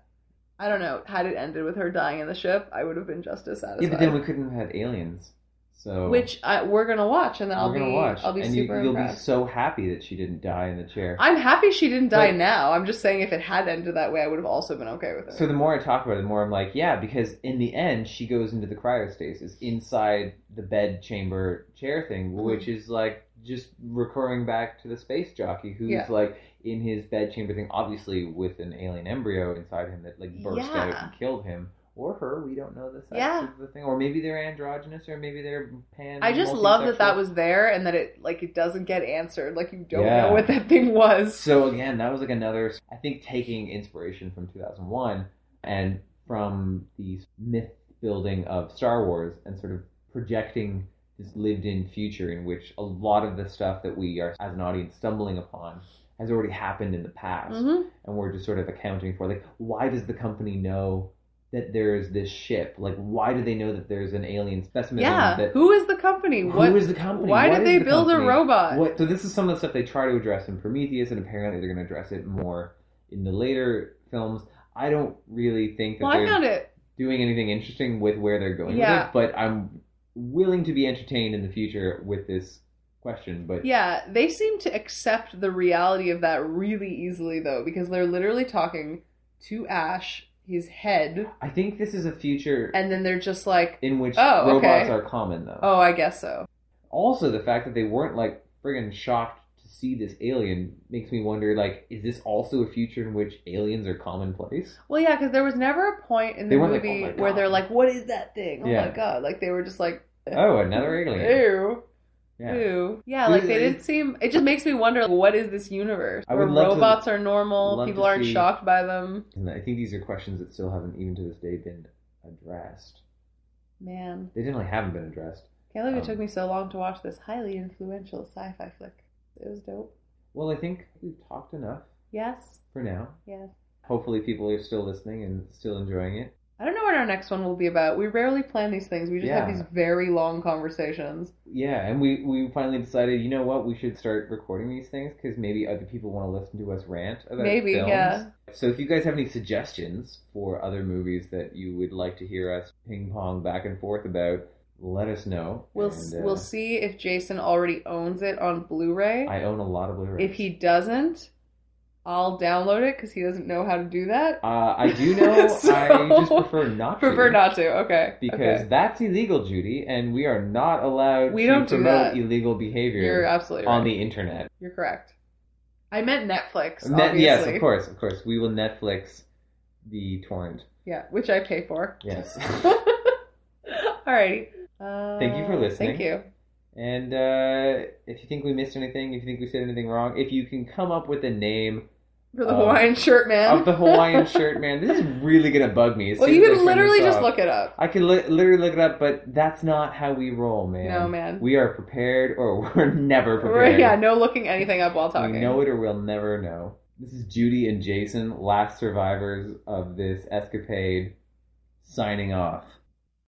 [SPEAKER 1] I don't know. Had it ended with her dying in the ship, I would have been just as satisfied.
[SPEAKER 2] Yeah, but then we couldn't have had aliens. So
[SPEAKER 1] which I, we're gonna watch, and then I'll
[SPEAKER 2] We're
[SPEAKER 1] be
[SPEAKER 2] gonna watch,
[SPEAKER 1] I'll be
[SPEAKER 2] and
[SPEAKER 1] super
[SPEAKER 2] you, you'll
[SPEAKER 1] impressed.
[SPEAKER 2] be so happy that she didn't die in the chair.
[SPEAKER 1] I'm happy she didn't die
[SPEAKER 2] But-
[SPEAKER 1] now. I'm just saying if it had ended that way, I would have also been okay with it.
[SPEAKER 2] so the more I talk about it, the more I'm like, yeah, because in the end, she goes into the cryostasis inside the bed chamber chair thing,
[SPEAKER 1] Mm-hmm.
[SPEAKER 2] which is like just recurring back to the space jockey who's
[SPEAKER 1] Yeah.
[SPEAKER 2] like in his bed chamber thing, obviously with an alien embryo inside him that like burst out
[SPEAKER 1] Yeah.
[SPEAKER 2] and killed him. Or her, we don't know the sex
[SPEAKER 1] Yeah.
[SPEAKER 2] of the thing. Or maybe they're androgynous, or maybe they're pan.
[SPEAKER 1] I just love that that
[SPEAKER 2] multisexual.
[SPEAKER 1] was there and that it like it doesn't get answered. Like you don't
[SPEAKER 2] Yeah.
[SPEAKER 1] know what that thing was.
[SPEAKER 2] So again, that was like another. I think taking inspiration from 2001 and from the myth building of Star Wars and sort of projecting this lived-in future in which a lot of the stuff that we are as an audience stumbling upon has already happened in the past,
[SPEAKER 1] Mhm.
[SPEAKER 2] and we're just sort of accounting for like why does the company know that there is this ship? Like why do they know that there's an alien specimen?
[SPEAKER 1] Yeah.
[SPEAKER 2] That,
[SPEAKER 1] Who is the company? What?
[SPEAKER 2] who is the company?
[SPEAKER 1] why
[SPEAKER 2] What
[SPEAKER 1] did
[SPEAKER 2] is
[SPEAKER 1] they
[SPEAKER 2] the
[SPEAKER 1] build a
[SPEAKER 2] company?
[SPEAKER 1] robot?
[SPEAKER 2] What, so this is some of the stuff they try to address in Prometheus, and apparently they're going to address it more in the later films. I don't really think that
[SPEAKER 1] Well,
[SPEAKER 2] they're
[SPEAKER 1] I found it.
[SPEAKER 2] doing anything interesting with where they're going with
[SPEAKER 1] Yeah.
[SPEAKER 2] it, but I'm willing to be entertained in the future with this question. But
[SPEAKER 1] Yeah, they seem to accept the reality of that really easily though, because they're literally talking to Ash, his head,
[SPEAKER 2] I think this is a future
[SPEAKER 1] and then they're just like,
[SPEAKER 2] in which
[SPEAKER 1] Oh,
[SPEAKER 2] robots
[SPEAKER 1] okay.
[SPEAKER 2] are common, though.
[SPEAKER 1] "Oh, I guess so."
[SPEAKER 2] Also, the fact that they weren't like friggin' shocked to see this alien makes me wonder like is this also a future in which aliens are commonplace?
[SPEAKER 1] Well, yeah, because there was never a point in the
[SPEAKER 2] They weren't like,
[SPEAKER 1] movie
[SPEAKER 2] "Oh my
[SPEAKER 1] where
[SPEAKER 2] God."
[SPEAKER 1] they're like, "What is that thing? Oh
[SPEAKER 2] Yeah.
[SPEAKER 1] my god!" Like they were just like,
[SPEAKER 2] Oh, another alien.
[SPEAKER 1] "Ew,
[SPEAKER 2] Yeah.
[SPEAKER 1] ew." Yeah, like they
[SPEAKER 2] Really?
[SPEAKER 1] didn't seem. It just makes me wonder, like, what is this universe
[SPEAKER 2] I
[SPEAKER 1] where
[SPEAKER 2] would love to-
[SPEAKER 1] robots are normal,
[SPEAKER 2] love
[SPEAKER 1] people
[SPEAKER 2] to
[SPEAKER 1] aren't
[SPEAKER 2] see-
[SPEAKER 1] shocked by them?
[SPEAKER 2] And I think these are questions that still haven't even to this day been addressed.
[SPEAKER 1] Man,
[SPEAKER 2] They definitely haven't been addressed.
[SPEAKER 1] can't believe it
[SPEAKER 2] Um,
[SPEAKER 1] took me so long to watch this highly influential sci-fi flick. It was dope.
[SPEAKER 2] Well, I think we've talked enough
[SPEAKER 1] Yes,
[SPEAKER 2] for now.
[SPEAKER 1] yes.
[SPEAKER 2] Hopefully people are still listening and still enjoying it.
[SPEAKER 1] I don't know what our next one will be about. We rarely plan these things. We just have
[SPEAKER 2] Yeah.
[SPEAKER 1] these very long conversations.
[SPEAKER 2] Yeah, and we, we finally decided, you know what, we should start recording these things because maybe other people want to listen to us rant about
[SPEAKER 1] Maybe,
[SPEAKER 2] films.
[SPEAKER 1] yeah.
[SPEAKER 2] So if you guys have any suggestions for other movies that you would like to hear us ping pong back and forth about, let us know.
[SPEAKER 1] We'll
[SPEAKER 2] And, uh,
[SPEAKER 1] we'll see if Jason already owns it on Blu-ray.
[SPEAKER 2] I own a lot of Blu-rays.
[SPEAKER 1] If he doesn't, I'll download it because he doesn't know how to do that.
[SPEAKER 2] uh, I do know. I
[SPEAKER 1] So-
[SPEAKER 2] just prefer not.
[SPEAKER 1] Prefer
[SPEAKER 2] to,
[SPEAKER 1] not to. Okay.
[SPEAKER 2] because
[SPEAKER 1] okay.
[SPEAKER 2] that's illegal, Judy, and we are not allowed.
[SPEAKER 1] We
[SPEAKER 2] to
[SPEAKER 1] don't do
[SPEAKER 2] promote
[SPEAKER 1] that.
[SPEAKER 2] illegal behavior
[SPEAKER 1] you're absolutely right.
[SPEAKER 2] on the internet.
[SPEAKER 1] you're correct. I meant Netflix.
[SPEAKER 2] Net-
[SPEAKER 1] obviously.
[SPEAKER 2] yes, of course, of course. We will Netflix the torrent.
[SPEAKER 1] Yeah, which I pay for.
[SPEAKER 2] Yes.
[SPEAKER 1] Alrighty. Uh,
[SPEAKER 2] Thank you for listening.
[SPEAKER 1] Thank you.
[SPEAKER 2] and uh, if you think we missed anything, if you think we said anything wrong, if you can come up with a name
[SPEAKER 1] For the
[SPEAKER 2] Um,
[SPEAKER 1] Hawaiian shirt man.
[SPEAKER 2] of the Hawaiian shirt man, this is really gonna bug me. As
[SPEAKER 1] well,
[SPEAKER 2] soon
[SPEAKER 1] you
[SPEAKER 2] as I
[SPEAKER 1] can
[SPEAKER 2] turn
[SPEAKER 1] literally
[SPEAKER 2] this
[SPEAKER 1] just
[SPEAKER 2] off.
[SPEAKER 1] look it up.
[SPEAKER 2] I can li- literally look it up, but that's not how we roll, man.
[SPEAKER 1] No, man.
[SPEAKER 2] We are prepared, or we're never
[SPEAKER 1] Right,
[SPEAKER 2] prepared.
[SPEAKER 1] yeah, no looking anything up while talking.
[SPEAKER 2] We know it or we'll never know. This is Judy and Jason, last survivors of this escapade, signing off.